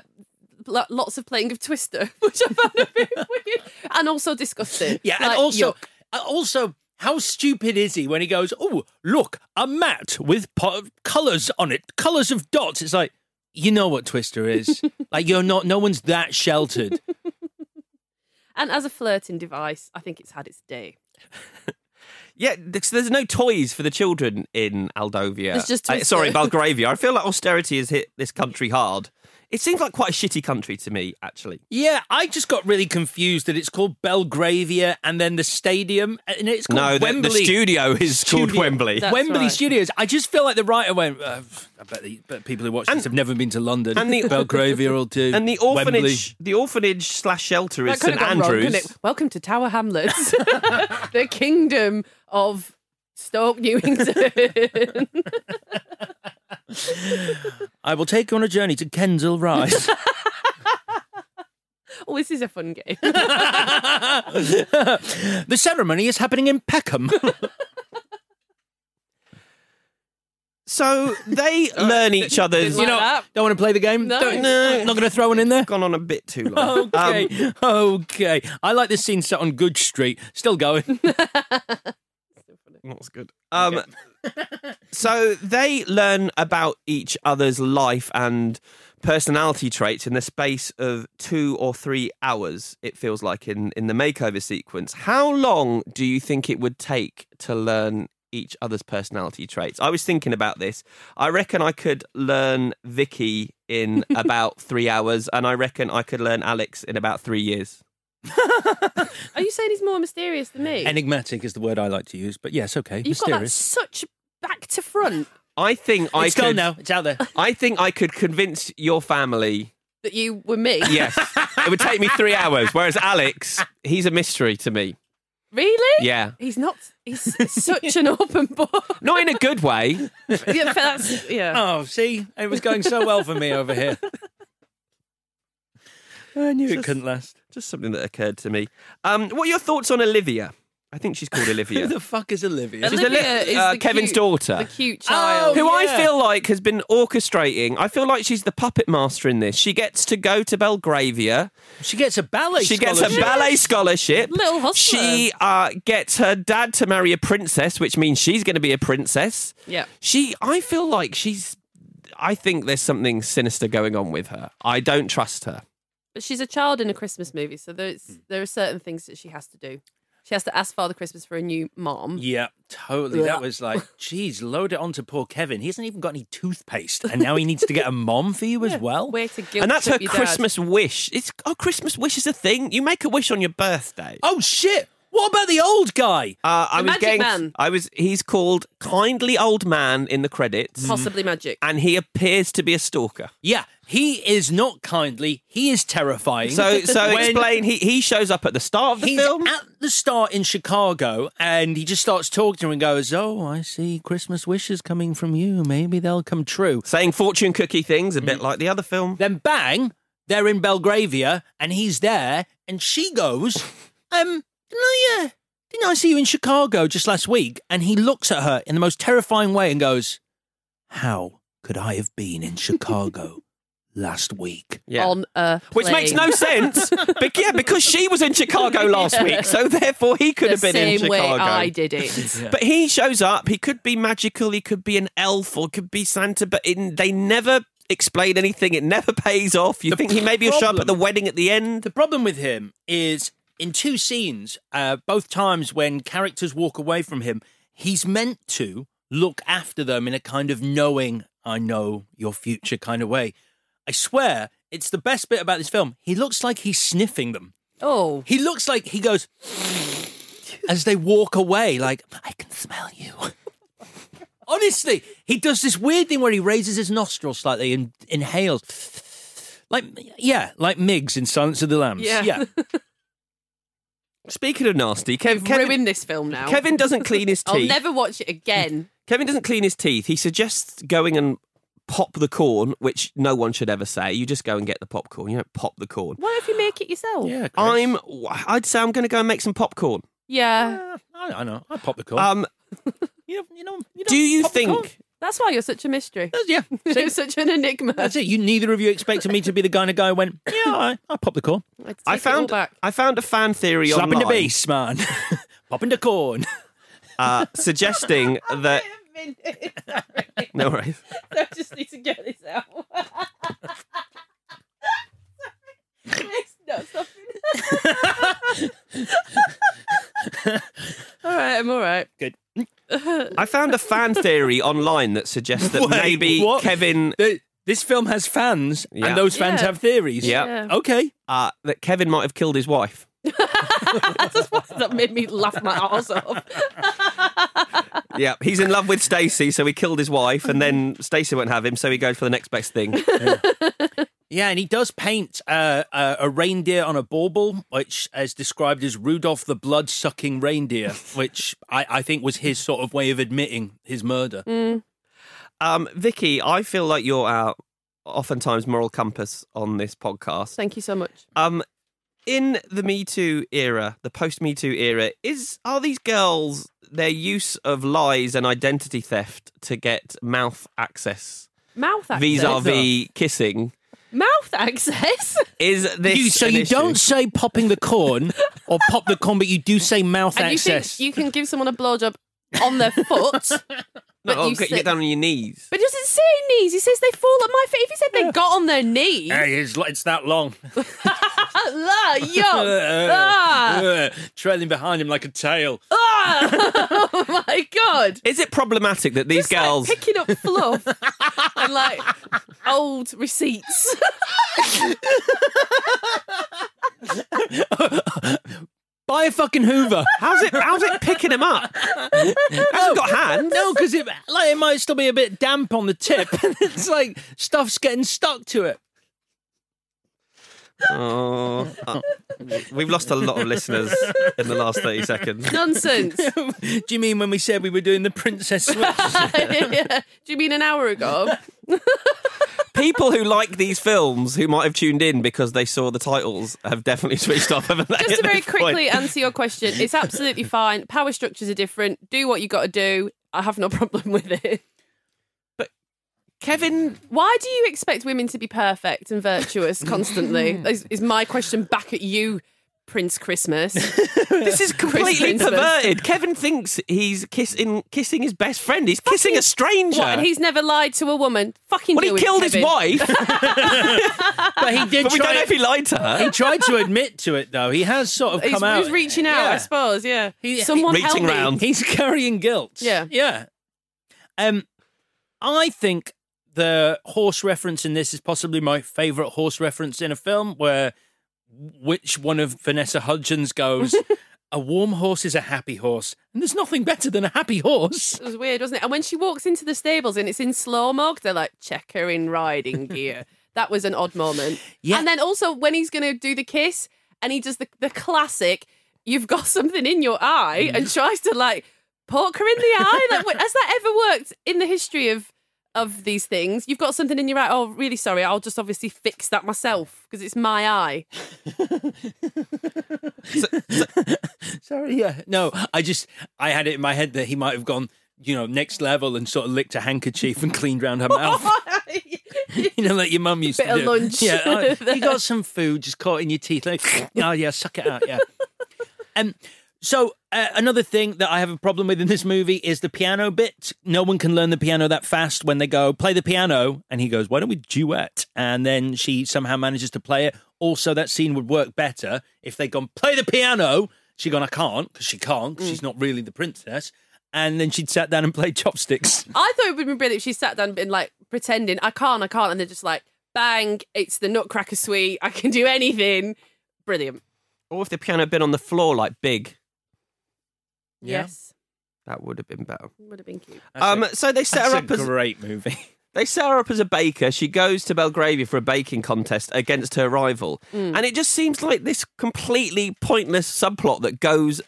A: l- lots of playing of Twister, *laughs* which I found a bit weird and also disgusting.
B: Yeah, and
A: Like,
B: also,
A: yuck.
B: uh, also, how stupid is he when he goes, "Oh, look, a mat with po- colors on it, colors of dots." It's like you know what Twister is. like you're not. No one's that sheltered.
A: and as a flirting device, I think it's had its day.
K: Yeah, th- there's no toys for the children in Aldovia.
A: There's just
K: Uh,
A: Twister. *laughs*
K: sorry, Belgravia. I feel like austerity has hit this country hard. It seems like quite a shitty country to me, actually.
B: Yeah, I just got really confused that it's called Belgravia and then the stadium uh, and it's called
K: No, the- the
B: Wembley.
K: studio is called Wembley. That's
B: Wembley
K: right.
B: Studios. I just feel like the writer went. Uh, I bet the but people who watch this have never been to London.
K: and the-
B: *laughs* Belgravia will do.
K: And the orphanage,
B: Wembley.
K: the orphanage slash shelter is
A: That could
K: St
A: have gone wrong,
K: Andrews.
A: couldn't it? Welcome to
K: *laughs*
A: Tower Hamlets, *laughs* the kingdom of Stoke Newington.
B: I will take you on a journey to Kensal
K: *laughs*
B: Rise.
A: *laughs* oh, this is a
K: *laughs*
A: fun game.
B: the ceremony is happening in *laughs* Peckham.
K: So
A: *laughs*
K: they learn each other's.
B: you know, don't want to play the game.
K: No.
B: Don't- not going to throw one
K: *laughs*
B: in there.
K: Gone on a bit too
A: *laughs*
K: long.
B: Okay,
K: Um,
B: okay. I like this scene set on Good Street. Still going.
K: Not as good. Um,
B: *laughs*
K: so they learn about each other's life and personality traits in the space of two or three hours. It feels like in in the makeover sequence. How long do you think it would take to learn? Each other's personality traits. I was thinking about this. I reckon I could learn Vicky
B: *laughs*
K: in about three hours, and I reckon I could learn Alex in about three years.
A: Are you saying he's more mysterious than me?
B: Enigmatic is the word I like to use, but yes, okay.
A: You've got that
B: Mysterious.
A: such back to front
K: I think I
B: It's
K: could.
B: gone now. It's out there.
K: I think I could convince your family
A: that you were me.
K: Yes. it would take me three hours. Whereas Alex, he's a mystery to me.
A: *laughs* Really?
K: Yeah.
A: He's not. He's such an
K: *laughs*
A: open book.
K: Not in a good way.
A: yeah, that's, yeah.
B: Oh, see, it was going so well for me over here.
K: I knew
B: it couldn't last.
K: Just something that occurred to me. Um, what are your thoughts on Olivia? I think she's called
B: Who
K: Olivia.
B: the fuck is Olivia?
K: She's Olivia
A: Olivia is
K: uh,
A: the
K: Kevin's
A: cute-
K: daughter. Oh.
A: The cute child.
K: who I
A: Yeah.
K: feel like has been orchestrating. I feel like she's the puppet master in this. She gets to go to Belgravia.
B: She gets a ballet.
K: She gets a
B: scholarship.
K: ballet scholarship.
A: Little hustler.
K: She uh, gets her dad to marry a princess, which means she's going to be a princess.
A: Yeah.
K: She, I feel like she's. I think there's something sinister going on with her. I don't trust her.
A: But she's a child in a
K: Mm.
A: Christmas movie, so there's there are certain things that she has to do. She has to ask Father Christmas for a new mom.
B: Yeah, totally. That was like, geez, load it onto poor Kevin. He hasn't even got any toothpaste, and now he needs to get a mom for you as well.
A: Way to guilt
K: and that's her
A: trip your dad.
K: Christmas wish. It's oh, Christmas wish is a thing. You make a wish on your birthday.
B: Oh shit! What about the old guy?
K: Uh, I
A: The
K: was
A: Magic
K: getting.
A: Man.
K: I was. He's called kindly old man in the credits,
A: Possibly magic.
K: Mm. and he appears to be a stalker.
B: Yeah, he is not kindly. He is terrifying.
K: So,
A: *laughs*
K: so
B: *laughs* When
K: explain. He he shows up at the start of the
B: He's
K: film.
B: at the start in Chicago, and he just starts talking to her and goes, "Oh, I see Christmas wishes coming from you. Maybe they'll come true."
K: saying fortune cookie things, a
A: Hmm.
K: bit like the other film.
B: Then bang, they're in Belgravia, and he's there, and she goes, "Um, didn't I, uh, didn't I see you in Chicago just last week?" And he looks at her in the most terrifying way and goes, "How could I have been in Chicago last week?"
K: Yeah.
A: On a
K: Which
A: plane.
K: makes no
A: *laughs*
K: sense. But yeah, because she was in Chicago last week, so therefore he could
A: The
K: have been in
A: same
K: Chicago.
A: way I
K: *laughs*
A: did it.
K: But he shows up. He could be magical. He could be an elf or could be Santa. But in, they never explain anything. It never pays off. You
B: The
K: think he maybe will show up at the
B: problem-
K: wedding at the end?
B: Um, The problem with him is in two scenes, uh, both times when characters walk away from him, he's meant to look after them in a kind of knowing, I know your future kind of way. I swear, it's the best bit about this film. He looks like he's sniffing them.
A: Oh,
B: He looks like he goes as they walk away, like, I can smell you. Honestly, he does this weird thing where he raises his nostrils slightly and inhales. Like, yeah, like Miggs in Silence of the Lambs.
A: Yeah.
K: Speaking of nasty, Kev,
A: you've
K: Kevin,
A: ruined this film now.
K: Kevin doesn't clean
B: *laughs*
K: his
A: I'll
K: teeth.
A: never watch it
K: *laughs*
A: again.
K: Kevin doesn't clean his teeth. He suggests going and pop the corn, which no one should ever say. You just go and get the popcorn. You don't pop the corn.
A: Why don't you make it yourself?
K: *laughs*
B: Yeah,
K: I'm. I'd say I'm going to go and make some popcorn.
A: Yeah.
B: Uh, I, I know. I pop the corn.
K: Um,
B: you know, you know, you know,
K: do you
B: pop the corn.
K: think?
A: That's why you're such
K: *laughs*
A: a mystery.
B: yeah.
A: you're such an enigma.
B: That's it. You neither of you expected me to be the kind of guy who went, yeah, all right, I'll pop the corn.
K: I found I found a fan theory
B: Slap
K: online
B: in the beast, man. *laughs* pop in the corn.
K: uh,
B: *laughs*
K: suggesting that no worries.
A: *laughs* I just need to get this out. *laughs* No, stop *laughs* it. all right, I'm all right.
B: Good.
K: I found a fan theory online that suggests that
B: *laughs* Wait,
K: maybe
B: what?
K: Kevin.
B: this film has fans,
K: Yeah.
B: and those fans
K: Yeah.
B: have theories.
K: Yeah.
B: Okay.
K: Uh, that Kevin might have killed his wife.
A: that made me laugh my ass off.
K: Yeah, he's in love with Stacey, so he killed his wife, and then Stacey won't have him, so he goes for the next best thing.
B: Yeah, and he does paint uh, uh, a reindeer on a bauble, which is described as Rudolph the blood sucking reindeer, which I, I think was his sort of way of admitting his murder.
A: Mm.
K: Um, Vicky, I feel like you're our oftentimes moral compass on this podcast.
A: Thank you so much.
K: Um, in the Me Too era, the post Me Too era, is are these girls their use of lies and identity theft to get mouth access
A: Mouth access.
K: vis-a-vis kissing?
A: Mouth access.
K: Is this
B: You- so
K: an
B: you
K: issue?
B: don't say popping the corn or pop the corn, but you do say mouth
A: And you think
B: access.
A: you can give someone a blowjob on their foot?
K: No,
A: but you
K: get,
A: say-
K: get down on your knees.
A: But he doesn't say knees. He says they fall at my feet. If he said they got on their knees,
B: Hey, it's, li- it's that long.
A: la, yuck.
B: *laughs*
A: ah,
B: Uh, trailing behind him like a tail.
A: ah. *laughs* oh my god!
K: Is it problematic that these girls?
A: Picking up fluff and like old
K: *laughs*
A: receipts.
B: Buy a fucking Hoover.
K: *laughs* How's it? How's it picking him up?
B: Hasn't
K: got hands.
B: No, because it like it might still be a bit damp on the tip. *laughs* it's like stuff's getting stuck to it. *laughs*
K: Oh, uh, we've lost a lot of listeners in the last thirty seconds.
A: Nonsense.
B: Do you mean when we said we were doing the
K: *laughs*
B: princess switch?
A: Yeah. *laughs* Do you mean an hour ago?
K: People who like these films, who might have tuned in because they saw the titles, have definitely switched off. Haven't they,
A: Just
K: at
A: to very
K: this point?
A: quickly answer your question, it's absolutely fine. Power structures are different. Do what you got to do. I have no *laughs* problem with it.
K: Kevin,
A: why do you expect women to be perfect
K: *laughs*
A: and virtuous constantly? is, is my question back at you,
K: *laughs*
A: Prince Christmas?
K: This is completely
A: Christmas.
K: perverted. Kevin thinks he's kissing kissing his best friend. He's kissing a stranger.
A: What? And he's never lied to a woman. Fucking.
K: well,
A: do
K: he
A: it,
K: killed his
A: Kevin.
K: wife.
B: but he did
K: But we
B: try.
K: don't know if he lied to her.
B: He tried to admit to it though. He has sort of
A: He's,
B: come out.
A: he's reaching out, I
B: Yeah.
A: suppose. Yeah. Someone help me.
B: He's carrying guilt.
A: Yeah.
B: Yeah. Um, I think the horse reference in this is possibly my favourite horse reference in a film, where which one of Vanessa Hudgens goes, "A warm horse is a happy horse," and there's nothing better than a happy horse.
A: It was weird, wasn't it? And when she walks into the stables and it's in slow mo, they're like, check her in riding gear. that was an odd moment.
B: Yeah.
A: And then also when he's going to do the kiss and he does the, the classic, you've got something in your eye and tries to like poke her in the eye. Like, what, has that ever worked in the history of? Of these things, you've got something in your eye. Oh, really sorry. I'll just obviously fix that myself because it's my eye.
B: Sorry. Yeah. No, I just I had it in my head that he might have gone, you know, next level and sort of licked a handkerchief and *laughs* cleaned round
A: *laughs*
B: her mouth. you know, like your mum used
A: Bit
B: to
A: of
B: do.
A: lunch.
B: Yeah,
A: *laughs*
B: oh, you got some food just caught in your teeth. Like, *laughs* oh yeah, suck it out. Yeah. Um. So uh, another thing that I have a problem with in this movie is the piano bit. No one can learn the piano that fast. When they go play the piano, and he goes, "Why don't we duet?" And then she somehow manages to play it. Also, that scene would work better if they'd gone play the piano. She gone, "I can't," because she can't. 'cause She's not really the princess. And then she'd sat down and played *laughs* chopsticks.
A: I thought it would be brilliant if she sat down and been like pretending, I can't, I can't, and they're just like, bang, it's the Nutcracker Suite, I can do anything. Brilliant.
K: Or if the piano had been on the floor like big,
B: Yeah.
A: Yes.
K: that would have been better.
A: Would have been cute.
K: Um, so they set
B: That's
K: her
B: a
K: up as
B: great movie. *laughs*
K: They set her up as a baker. She goes to Belgravia for a baking contest against her rival. And it just seems like this completely pointless subplot that goes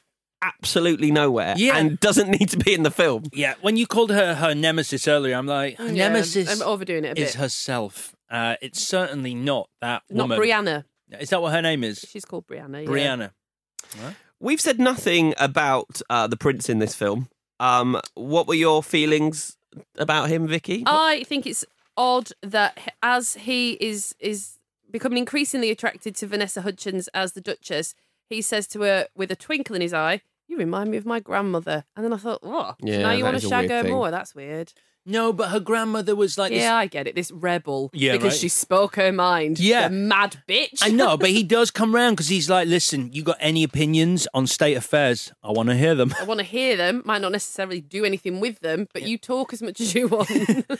K: absolutely nowhere
B: Yeah.
K: and doesn't *laughs* need to be in the film.
B: Yeah, when you called her her nemesis earlier, I'm like, her
A: Oh, Yeah,
B: nemesis
A: I'm overdoing it a
B: is
A: bit.
B: herself. Uh, it's certainly not that
A: Not
B: woman.
A: Brianna.
B: Is that what her name is?
A: She's called Brianna. yeah.
B: Brianna.
K: We've said nothing about uh, the prince in this film. Um, what were your feelings about him, Vicky?
A: I think it's odd that h- as he is is becoming increasingly attracted to Vanessa Hudgens as the Duchess, he says to her with a twinkle in his eye, "You remind me of my grandmother." And then I thought, "What?
K: Yeah,
A: now
K: that
A: you want
K: is
A: to
K: a
A: shag
K: weird
A: her
K: thing.
A: more? That's weird."
B: No, but her grandmother was like
A: yeah,
B: this-
A: I get it. This rebel,
B: Yeah,
A: because
B: right.
A: she spoke her mind.
B: Yeah.
A: The mad bitch.
B: I know, but he does come round because he's like, listen, you got any opinions on state affairs? I want to
K: *laughs*
B: hear them.
A: *laughs* I want to hear them. Might not necessarily do anything with them, but you talk as much as you
B: *laughs*
A: want.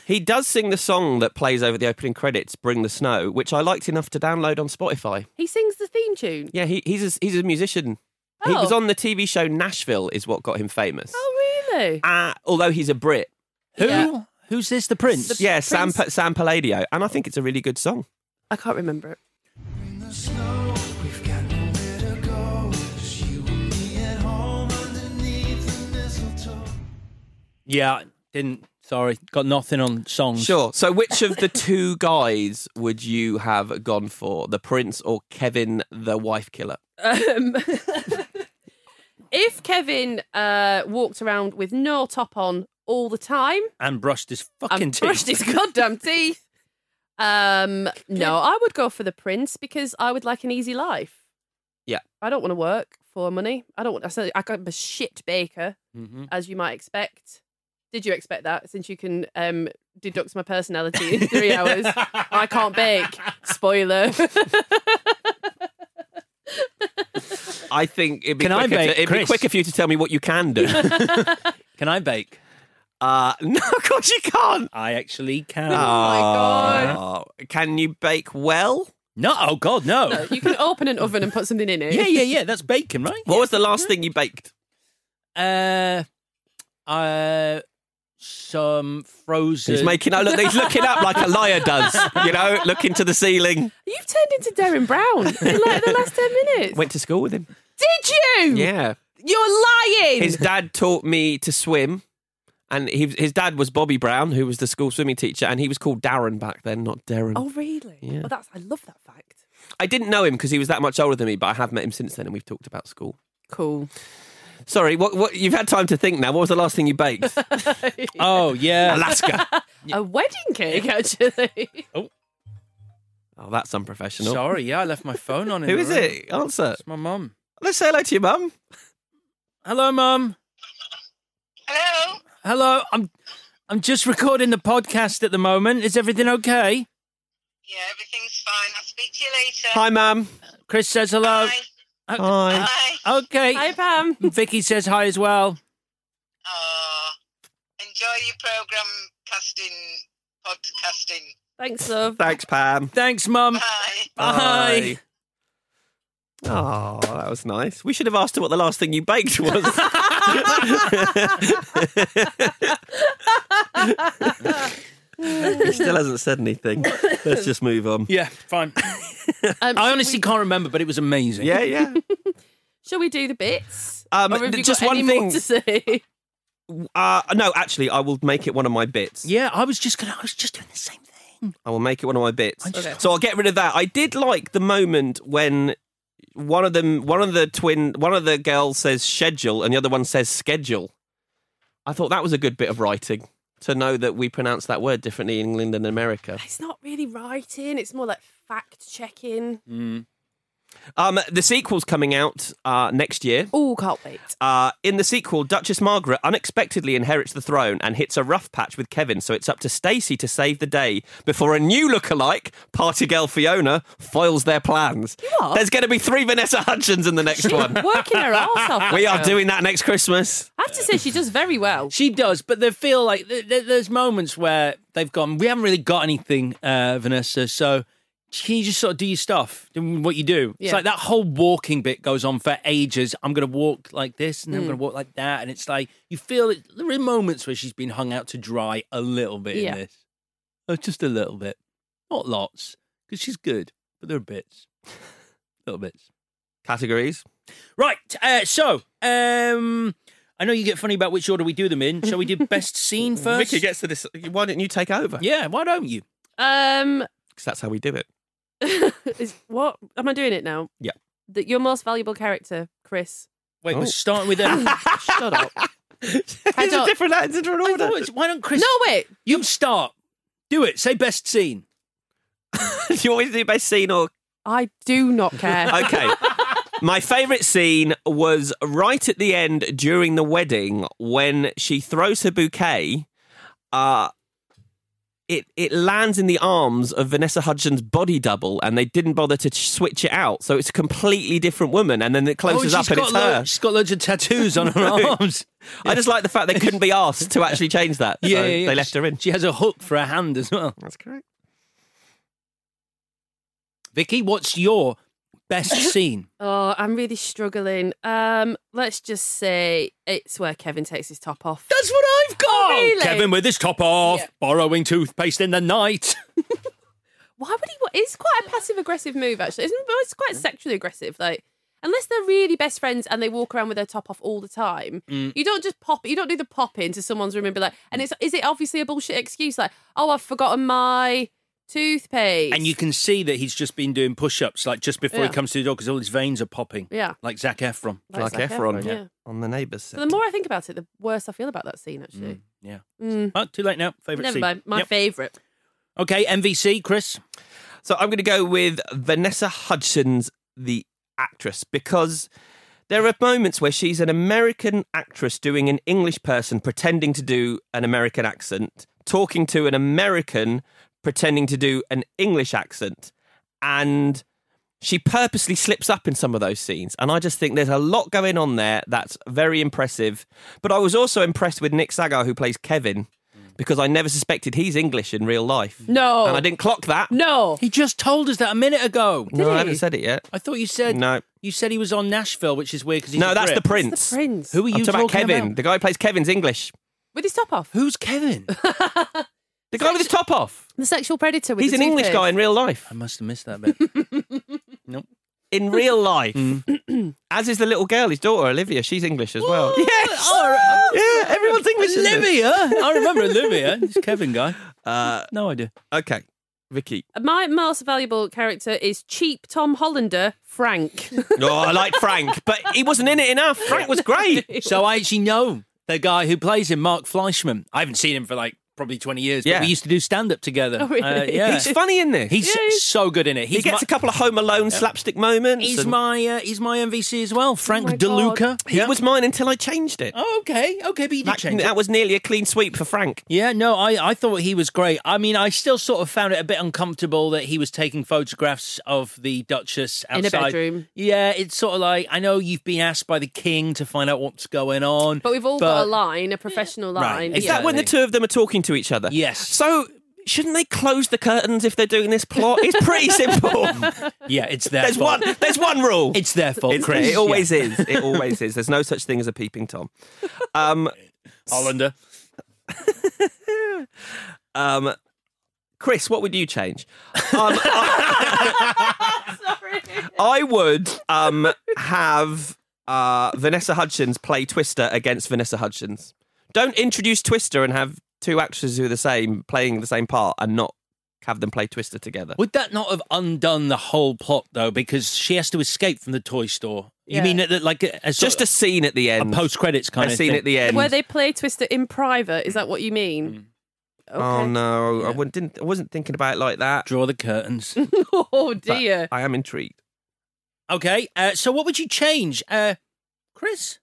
A: *laughs*
K: He does sing the song that plays over the opening credits, "Bring the Snow," which I liked enough to download on Spotify.
A: he sings the theme tune.
K: Yeah, he, he's a, he's a musician. He was
A: Oh.
K: on the TV show Nashville, is what got him famous.
A: Oh, really?
K: Uh, although he's a Brit.
B: Who? Who's this? The Prince?
K: yeah, Sam pa- Sam Palladio, and I think it's a really good song.
A: I can't remember it.
B: Yeah, didn't. Sorry, got nothing on songs.
K: Sure. So, which of the two *laughs* guys would you have gone for, the Prince or Kevin, the wife killer?
A: Um, if Kevin uh, walked around with no top on all the time
B: And brushed his fucking
A: and
B: teeth.
A: brushed his goddamn teeth, um, no, I would go for the prince because I would like an easy life.
K: Yeah.
A: I don't want to work for money. I don't want. I said I am a shit baker,
K: Mhm.
A: as you might expect. Did you expect that? Since you can um, deduct my
K: *laughs*
A: personality in three hours, I can't bake. Spoiler. *laughs*
K: I think it'd be,
B: Can I
K: quicker,
B: bake,
K: to- it'd be
B: Chris?
K: quicker for you to tell me what you can
B: *laughs*
K: do.
B: Can I bake?
K: Uh, no, of course you can't.
B: I actually can.
K: Oh, God. Can you bake well?
B: No, oh God, no.
A: you can open an oven and put something in it.
B: *laughs* Yeah, yeah, yeah. That's bacon, right?
K: What was the last thing you baked?
B: Uh, uh, some frozen.
K: He's making oh, look, he's looking up like a liar does. You know, looking to the ceiling.
A: You've turned into Darren Brown in like the last 10 minutes.
K: Went to school with him.
A: Did you?
K: Yeah.
A: You're lying.
K: His dad taught me to swim, and he, his dad was Bobby Brown, who was the school swimming teacher, and he was called Darren back then, not Darren.
A: oh, really?
K: Yeah.
A: Oh, that's, I love that fact.
K: I didn't know him because he was that much older than me, but I have met him since then, and we've talked about school.
A: Cool.
K: Sorry, what, what you've had time to think now. What was the last thing you *laughs* baked?
B: oh yeah,
K: Alaska.
A: A wedding cake, actually.
K: Oh, that's unprofessional.
B: Sorry, yeah, I left my phone on. in
K: Who
B: the
K: is
B: room.
K: it? Answer.
B: It's my mum.
K: Let's say hello to your mum.
B: Hello, mum. Hello. Hello. I'm I'm just recording the podcast at the moment. Is everything okay?
K: Hi, mum.
B: Chris says hello. Hi.
K: Hi.
B: Okay.
A: *laughs* Hi, Pam.
B: Vicky says hi as well.
A: Thanks, love.
K: *laughs*
A: Um,
K: Thanks, Pam.
B: Thanks, mum. Bye.
K: Oh, that was nice. We should have asked her what the last thing you baked was. he still hasn't said anything. Let's just move on.
B: Yeah, fine.
A: Um,
B: I honestly can't remember, but it was amazing.
K: Yeah, yeah.
A: Shall we do the bits?
K: Um,
A: Or have you
K: just
A: got
K: one
A: any
K: thing.
A: more to say?
K: Uh, no, actually, I will make it one of my bits.
B: Yeah, I was just gonna. I was just doing the same thing.
K: I will make it one of my bits.
A: Okay.
K: So I'll get rid of that. I did like the moment when one of them, one of the twin, one of the girls says schedule and the other one says schedule. I thought that was a good bit of writing to know that we pronounce that word differently in England and America.
A: It's not really writing, it's more like fact checking.
K: Um, the sequel's coming out uh, next year.
A: Oh, can't wait.
K: Uh, in the sequel, Duchess Margaret unexpectedly inherits the throne and hits a rough patch with Kevin, so it's up to Stacy to save the day before a new lookalike, party girl Fiona, foils their plans.
A: are?
K: There's going to be three Vanessa Hudgens in the next
A: *laughs*
K: one.
A: Working her arse off.
K: we
A: that
K: are
A: girl.
K: doing that next Christmas.
A: I have to say, she does very well.
B: She does, but they feel like th- th- there's moments where they've gone. We haven't really got anything, uh, Vanessa. So can you just sort of do your stuff, do what you do?
A: Yeah.
B: It's like that whole walking bit goes on for ages. I'm going to walk like this, and then I'm
A: Hmm.
B: going to walk like that, and it's like you feel it. There are moments where she's been hung out to dry a little bit
A: Yeah.
B: in this, oh, just a little bit, not lots, because she's good, but there are bits, *laughs* little bits.
K: Categories.
B: Right. Uh, so, um, I know you get funny about which order we do them in. Shall we
K: *laughs*
B: do best scene first?
K: Vicky gets to this. Why don't you take over?
B: yeah. Why don't you?
A: Um, *laughs*
K: Because that's how we do it.
A: is, what? Am I doing it now?
K: Yeah.
A: That your most valuable character, Chris.
B: Wait,
K: Oh. *laughs*
B: um, *laughs* we're starting with them.
A: Shut up.
B: These
A: don't-
K: different, it's a different
B: order. why don't Chris?
A: No, wait.
B: You start. Do it. Say best scene.
K: do *laughs* you always do best scene or
A: I do not care.
K: okay. My favourite scene was right at the end during the wedding when she throws her bouquet. Uh, it it lands in the arms of Vanessa Hudgens' body double, and they didn't bother to switch it out, so it's a completely different woman. And then it closes
B: Oh,
K: up,
B: she's
K: and
B: got
K: it's
B: lo-
K: her.
B: she's got loads of tattoos
K: *laughs*
B: on her
K: Right.
B: arms.
K: I just like the fact they couldn't be asked to actually change that.
B: *laughs* Yeah,
K: so
B: yeah, yeah.
K: they left her in.
B: She has a hook for a hand as well.
K: That's correct.
B: Vicky, what's your
K: *coughs*
B: best scene?
A: Oh, I'm really struggling. Um, let's just say it's where Kevin takes his top off.
B: That's what I've got.
A: really?
B: Oh, Kevin with his top off, borrowing toothpaste in the night.
A: Why would he? wa- It's quite a passive aggressive move, actually. Isn't it? But It's quite sexually aggressive. Like, unless they're really best friends and they walk around with their top off all the time,
O: Mm.
A: you don't just pop. You don't do the pop into someone's room and be like, and it's is it obviously a bullshit excuse? Like, oh, I've forgotten my toothpaste.
B: And you can see that he's just been doing push-ups, like just before
A: Yeah.
B: he comes to the door, because all his veins are popping.
A: Yeah.
B: like Zac Efron.
A: Like Zac Zac Efron, Efron, yeah. yeah.
K: on the neighbours.
A: So the more I think about it, the worse I feel about that scene. Actually,
B: Yeah.
A: Mm.
B: Oh, too late now. Favorite
A: never
B: scene.
A: mind. My
B: Yep.
A: favourite.
B: Okay, MVC, Chris.
K: So I'm going to go with Vanessa Hudgens, the actress, because there are moments where she's an American actress doing an English person pretending to do an American accent, talking to an American pretending to do an English accent, and she purposely slips up in some of those scenes. And I just think there's a lot going on there that's very impressive. But I was also impressed with Nick Sagar, who plays Kevin, because I never suspected he's English in real life.
A: No.
K: And I didn't clock that.
A: No.
B: He just told us that a minute ago.
K: No, I haven't said it yet.
B: I thought you said
K: No.
B: You said he was on Nashville, which is weird because
K: No, that's the prince.
A: Prince
B: Who are you
K: I'm talking about?
B: talking
K: Kevin,
B: about?
K: the guy who plays Kevin's English.
A: with his top off. *laughs*
B: Who's Kevin?
K: The guy with his top off.
A: The sexual predator. With
K: He's
A: the
K: an English
A: toothpaste.
K: guy in real life.
B: I must have missed
K: *laughs*
B: that bit. nope.
K: In real
B: *laughs*
K: life,
B: Mm.
K: *clears throat* as is the little girl, his daughter Olivia. She's English as well. Oh. Yes. *laughs* yeah. Everyone's English. isn't it?
B: Olivia. I remember Olivia. It's Kevin guy.
K: Uh,
B: no idea.
K: Okay, Vicky.
A: My most valuable character is cheap Tom Hollander, Frank.
K: Oh, I like Frank, but he wasn't in it enough. Frank was great.
B: So I actually know the guy who plays him, Mark Fleischman. I haven't seen him for like probably 20 years, but
K: Yeah.
B: we used to do stand up together.
A: Oh, really?
K: *laughs*
B: Uh, *laughs* yeah.
K: He's funny in this.
B: He's so good in it.
K: he gets
B: my-
K: a couple of Home Alone slapstick moments.
B: He's
K: and- Oh
B: my uh, he's my MVC as well, Frank
K: my
B: DeLuca.
K: God. He was mine until I changed it.
B: Oh, okay, okay, but you did
K: That-
B: change.
K: that
B: it.
K: was nearly a clean sweep for Frank.
B: Yeah, no, I, I thought he was great. I mean, I still sort of found it a bit uncomfortable that he was taking photographs of the Duchess
A: In a
B: outside.
A: bedroom.
B: Yeah, it's sort of like I know you've been asked by the king to find out what's going on,
A: But we've all got a line, a professional
B: Right.
A: line.
K: Is
A: yeah.
K: that when the two of them are talking to each other?
B: Yes.
K: So shouldn't they close the curtains if they're doing this plot? It's
B: *laughs*
K: pretty simple.
B: Yeah,
K: *laughs*
B: it's their
K: there's
B: fault.
K: one. There's one rule.
B: It's their fault,
K: It's-
B: Chris.
K: It always
B: Yeah.
K: is. It always is. There's no such thing as a peeping tom. Um,
B: Hollander.
K: um, Chris, what would you change? Um, *laughs* I, I would um, have uh, Vanessa Hudgens play Twister against Vanessa Hudgens. Don't introduce Twister and have two actresses who are the same playing the same part and not have them play Twister together.
B: Would that not have undone the whole plot though? Because she has to escape from the toy store. You
A: Yeah.
B: mean that- that like a, a sort
K: Just a scene at the
B: of-
K: end.
B: a post credits kind
K: a
B: of
K: scene
B: thing.
K: at the end.
A: Where they play Twister in private, is that what you mean?
K: Oh no, I wouldn't, didn't. I wasn't thinking about it like that.
B: Draw
K: *laughs*
B: the curtains.
A: *laughs* oh
K: but
A: dear.
K: I am intrigued.
B: okay, uh, so what would you change, uh, Chris?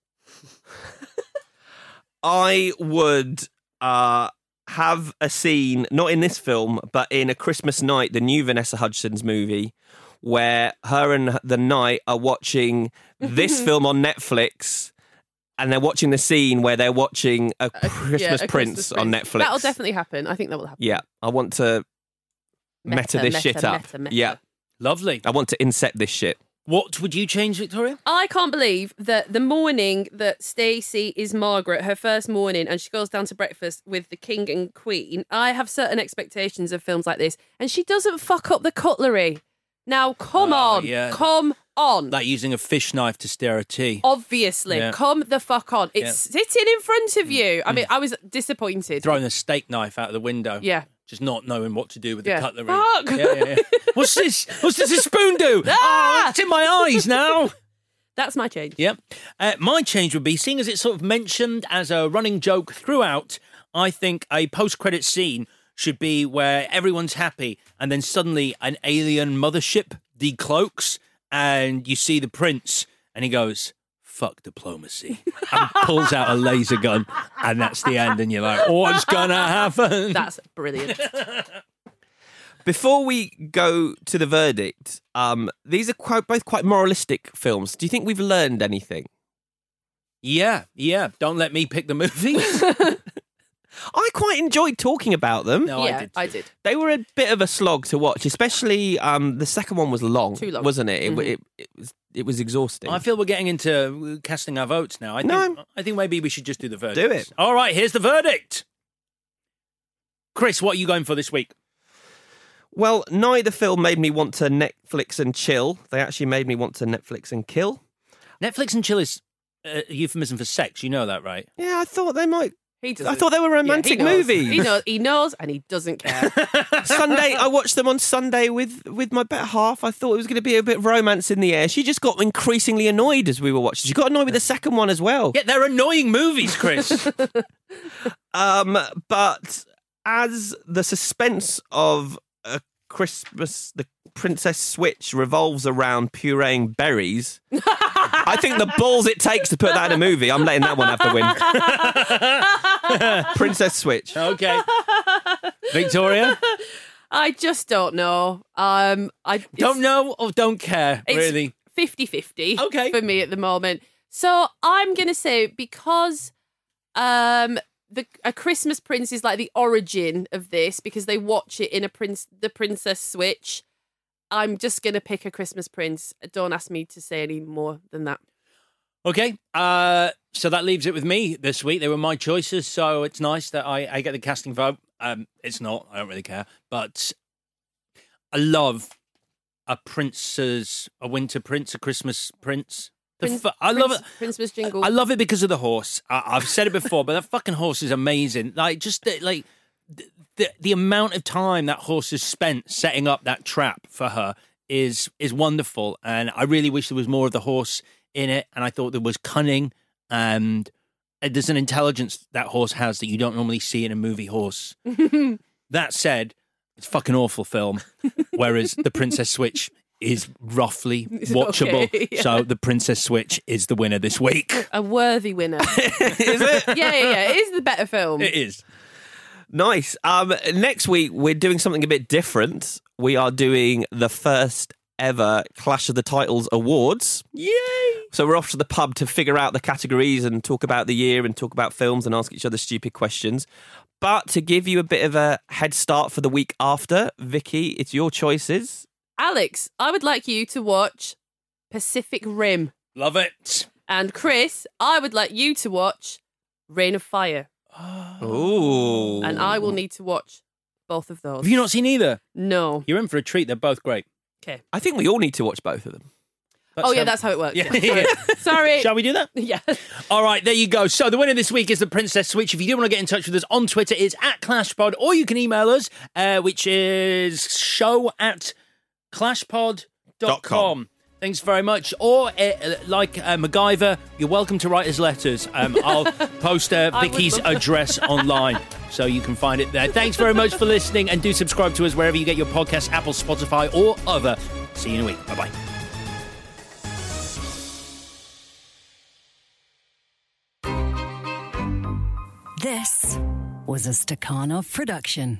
K: I would uh, have a scene, not in this film, but in A Christmas Night, the new Vanessa Hudgens movie, where her and the night are watching
A: *laughs*
K: this film on Netflix. And they're watching the scene where they're watching a Christmas
A: Yeah, A
K: Prince
A: Christmas
K: on
A: Prince.
K: Netflix.
A: That'll definitely happen. I think that will happen.
K: yeah, I want to meta,
A: Meta,
K: this
A: meta,
K: shit up.
A: meta, meta.
K: Yeah,
B: lovely.
K: I want to incept this shit.
B: What would you change, Victoria?
A: I can't believe that the morning that Stacey is Margaret, her first morning, and she goes down to breakfast with the king and queen, I have certain expectations of films like this, and she doesn't fuck up the cutlery. Now, come on.
B: yeah.
A: Come on.
B: Like using a fish knife to stare at tea.
A: Obviously,
B: Yeah.
A: come the fuck on. It's
B: Yeah. Mm.
A: sitting in front of you. I mean, I was disappointed.
B: Throwing a steak knife out of the window.
A: Yeah.
B: Just not knowing what to do with
A: Yeah.
B: the cutlery.
A: Fuck! *laughs* Ah!
B: Yeah, yeah, yeah. What's this? What's does this spoon do? Oh, it's in my eyes now.
A: That's my change.
B: *laughs* Yep. Uh, my change would be seeing as it's sort of mentioned as a running joke throughout, I think a post credit scene should be where everyone's happy and then suddenly an alien mothership decloaks and you see the prince and he goes, fuck diplomacy and pulls out a laser gun and that's the end and you're like, what's going to happen?
A: That's brilliant.
K: Before we go to the verdict, um, these are quite, both quite moralistic films. Do you think we've learned anything?
B: Yeah, yeah. Don't let me pick the *laughs* movies.
K: I quite enjoyed talking about them.
B: No, I Yeah, did I too. did.
K: They were a bit of a slog to watch, especially um, the second one was long,
B: Too long.
K: wasn't it? It,
B: Mhm.
K: it, it was, it was exhausting.
B: I feel we're getting into uh, casting our votes now. I think,
K: No.
B: I think maybe we should just do the verdict.
K: Do it.
B: All right, here's the verdict. Chris, what are you going for this week?
K: Well, neither film made me want to Netflix and chill. They actually made me want to Netflix and kill.
B: Netflix and chill is a euphemism for sex. You know that, right?
K: Yeah, I thought they might.
A: He does.
K: I thought they were romantic movies.
A: He knows. He knows, and he doesn't care.
B: *laughs*
K: Sunday, I watched them on Sunday with with my better half. I thought it was going to be a bit of romance in the air. She just got increasingly annoyed as we were watching. She got annoyed with the second one as well.
B: Yeah, they're annoying movies, *laughs* Chris.
K: Um, but as the suspense of a Christmas, the Princess Switch revolves around pureeing berries. I think the balls it takes to put that in a movie. I'm letting that one have the win. Princess Switch.
B: Okay. Victoria?
A: I just don't know. Um, I
B: Don't know or don't care,
A: It's
B: really.
A: 50 50
B: Okay.
A: for me at the moment. So I'm going to say because um, the A Christmas Prince is like the origin of this because they watch it in a prince the Princess Switch. I'm just going to pick a Christmas Prince. Don't ask me to say any more than that.
B: Okay. Uh, so that leaves it with me this week. They were my choices, so it's nice that I, I get the casting vote. Um, it's not. I don't really care, but I love a prince's, a winter prince, a Christmas prince. The
A: Prince-
B: fu- I love
A: Prince-
B: it.
A: Christmas jingle.
B: I love it because of the horse. I, I've said it before, but that fucking horse is amazing. Like just the, like the, the the amount of time that horse has spent setting up that trap for her is is wonderful, and I really wish there was more of the horse in it. And I thought there was cunning and. uh, There's an intelligence that horse has that you don't normally see in a
A: *laughs*
B: movie horse. That said, it's a fucking awful film. Whereas The Princess Switch is roughly
A: *laughs* It's
B: watchable.
A: okay, *laughs* yeah.
B: So The Princess Switch is the winner this week.
A: A worthy
B: *laughs*
A: winner. is it? *laughs* Yeah, yeah, yeah. It is the better film.
B: It is.
K: Nice. Um, next week we're doing something a bit different. We are doing the first ever Clash of the Titles awards.
B: Yay!
K: So we're off to the pub to figure out the categories and talk about the year and talk about films and ask each other stupid questions. But to give you a bit of a head start for the week after, Vicky, it's your choices.
A: Alex, I would like you to watch Pacific Rim.
B: Love it.
A: And Chris, I would like you to watch Rain of Fire.
K: Ooh.
A: And I will need to watch both of those.
B: Have you not seen either?
A: No.
B: You're in for a treat. They're both great.
A: Okay.
K: I think we all need to watch both of them.
A: oh, yeah, that's how it works.
B: *laughs* Yeah.
A: Yeah. Sorry.
B: Shall we do that?
A: *laughs* Yeah.
B: All right, there you go. So the winner this week is the Princess Switch. If you do want to get in touch with us on Twitter, it's at ClashPod, or you can email us, uh, which is show at clashpod.com. Thanks very much. Or, uh, like uh, MacGyver, you're welcome to write us letters.
O: *laughs*
B: Um, I'll post uh,
O: I would
B: Vicky's
O: love that. *laughs*
B: address online so you can find it there. Thanks very much for listening, and do subscribe to us wherever you get your podcasts Apple, Spotify, or other. See you in a week. Bye bye.
P: This was a Stakhanov production.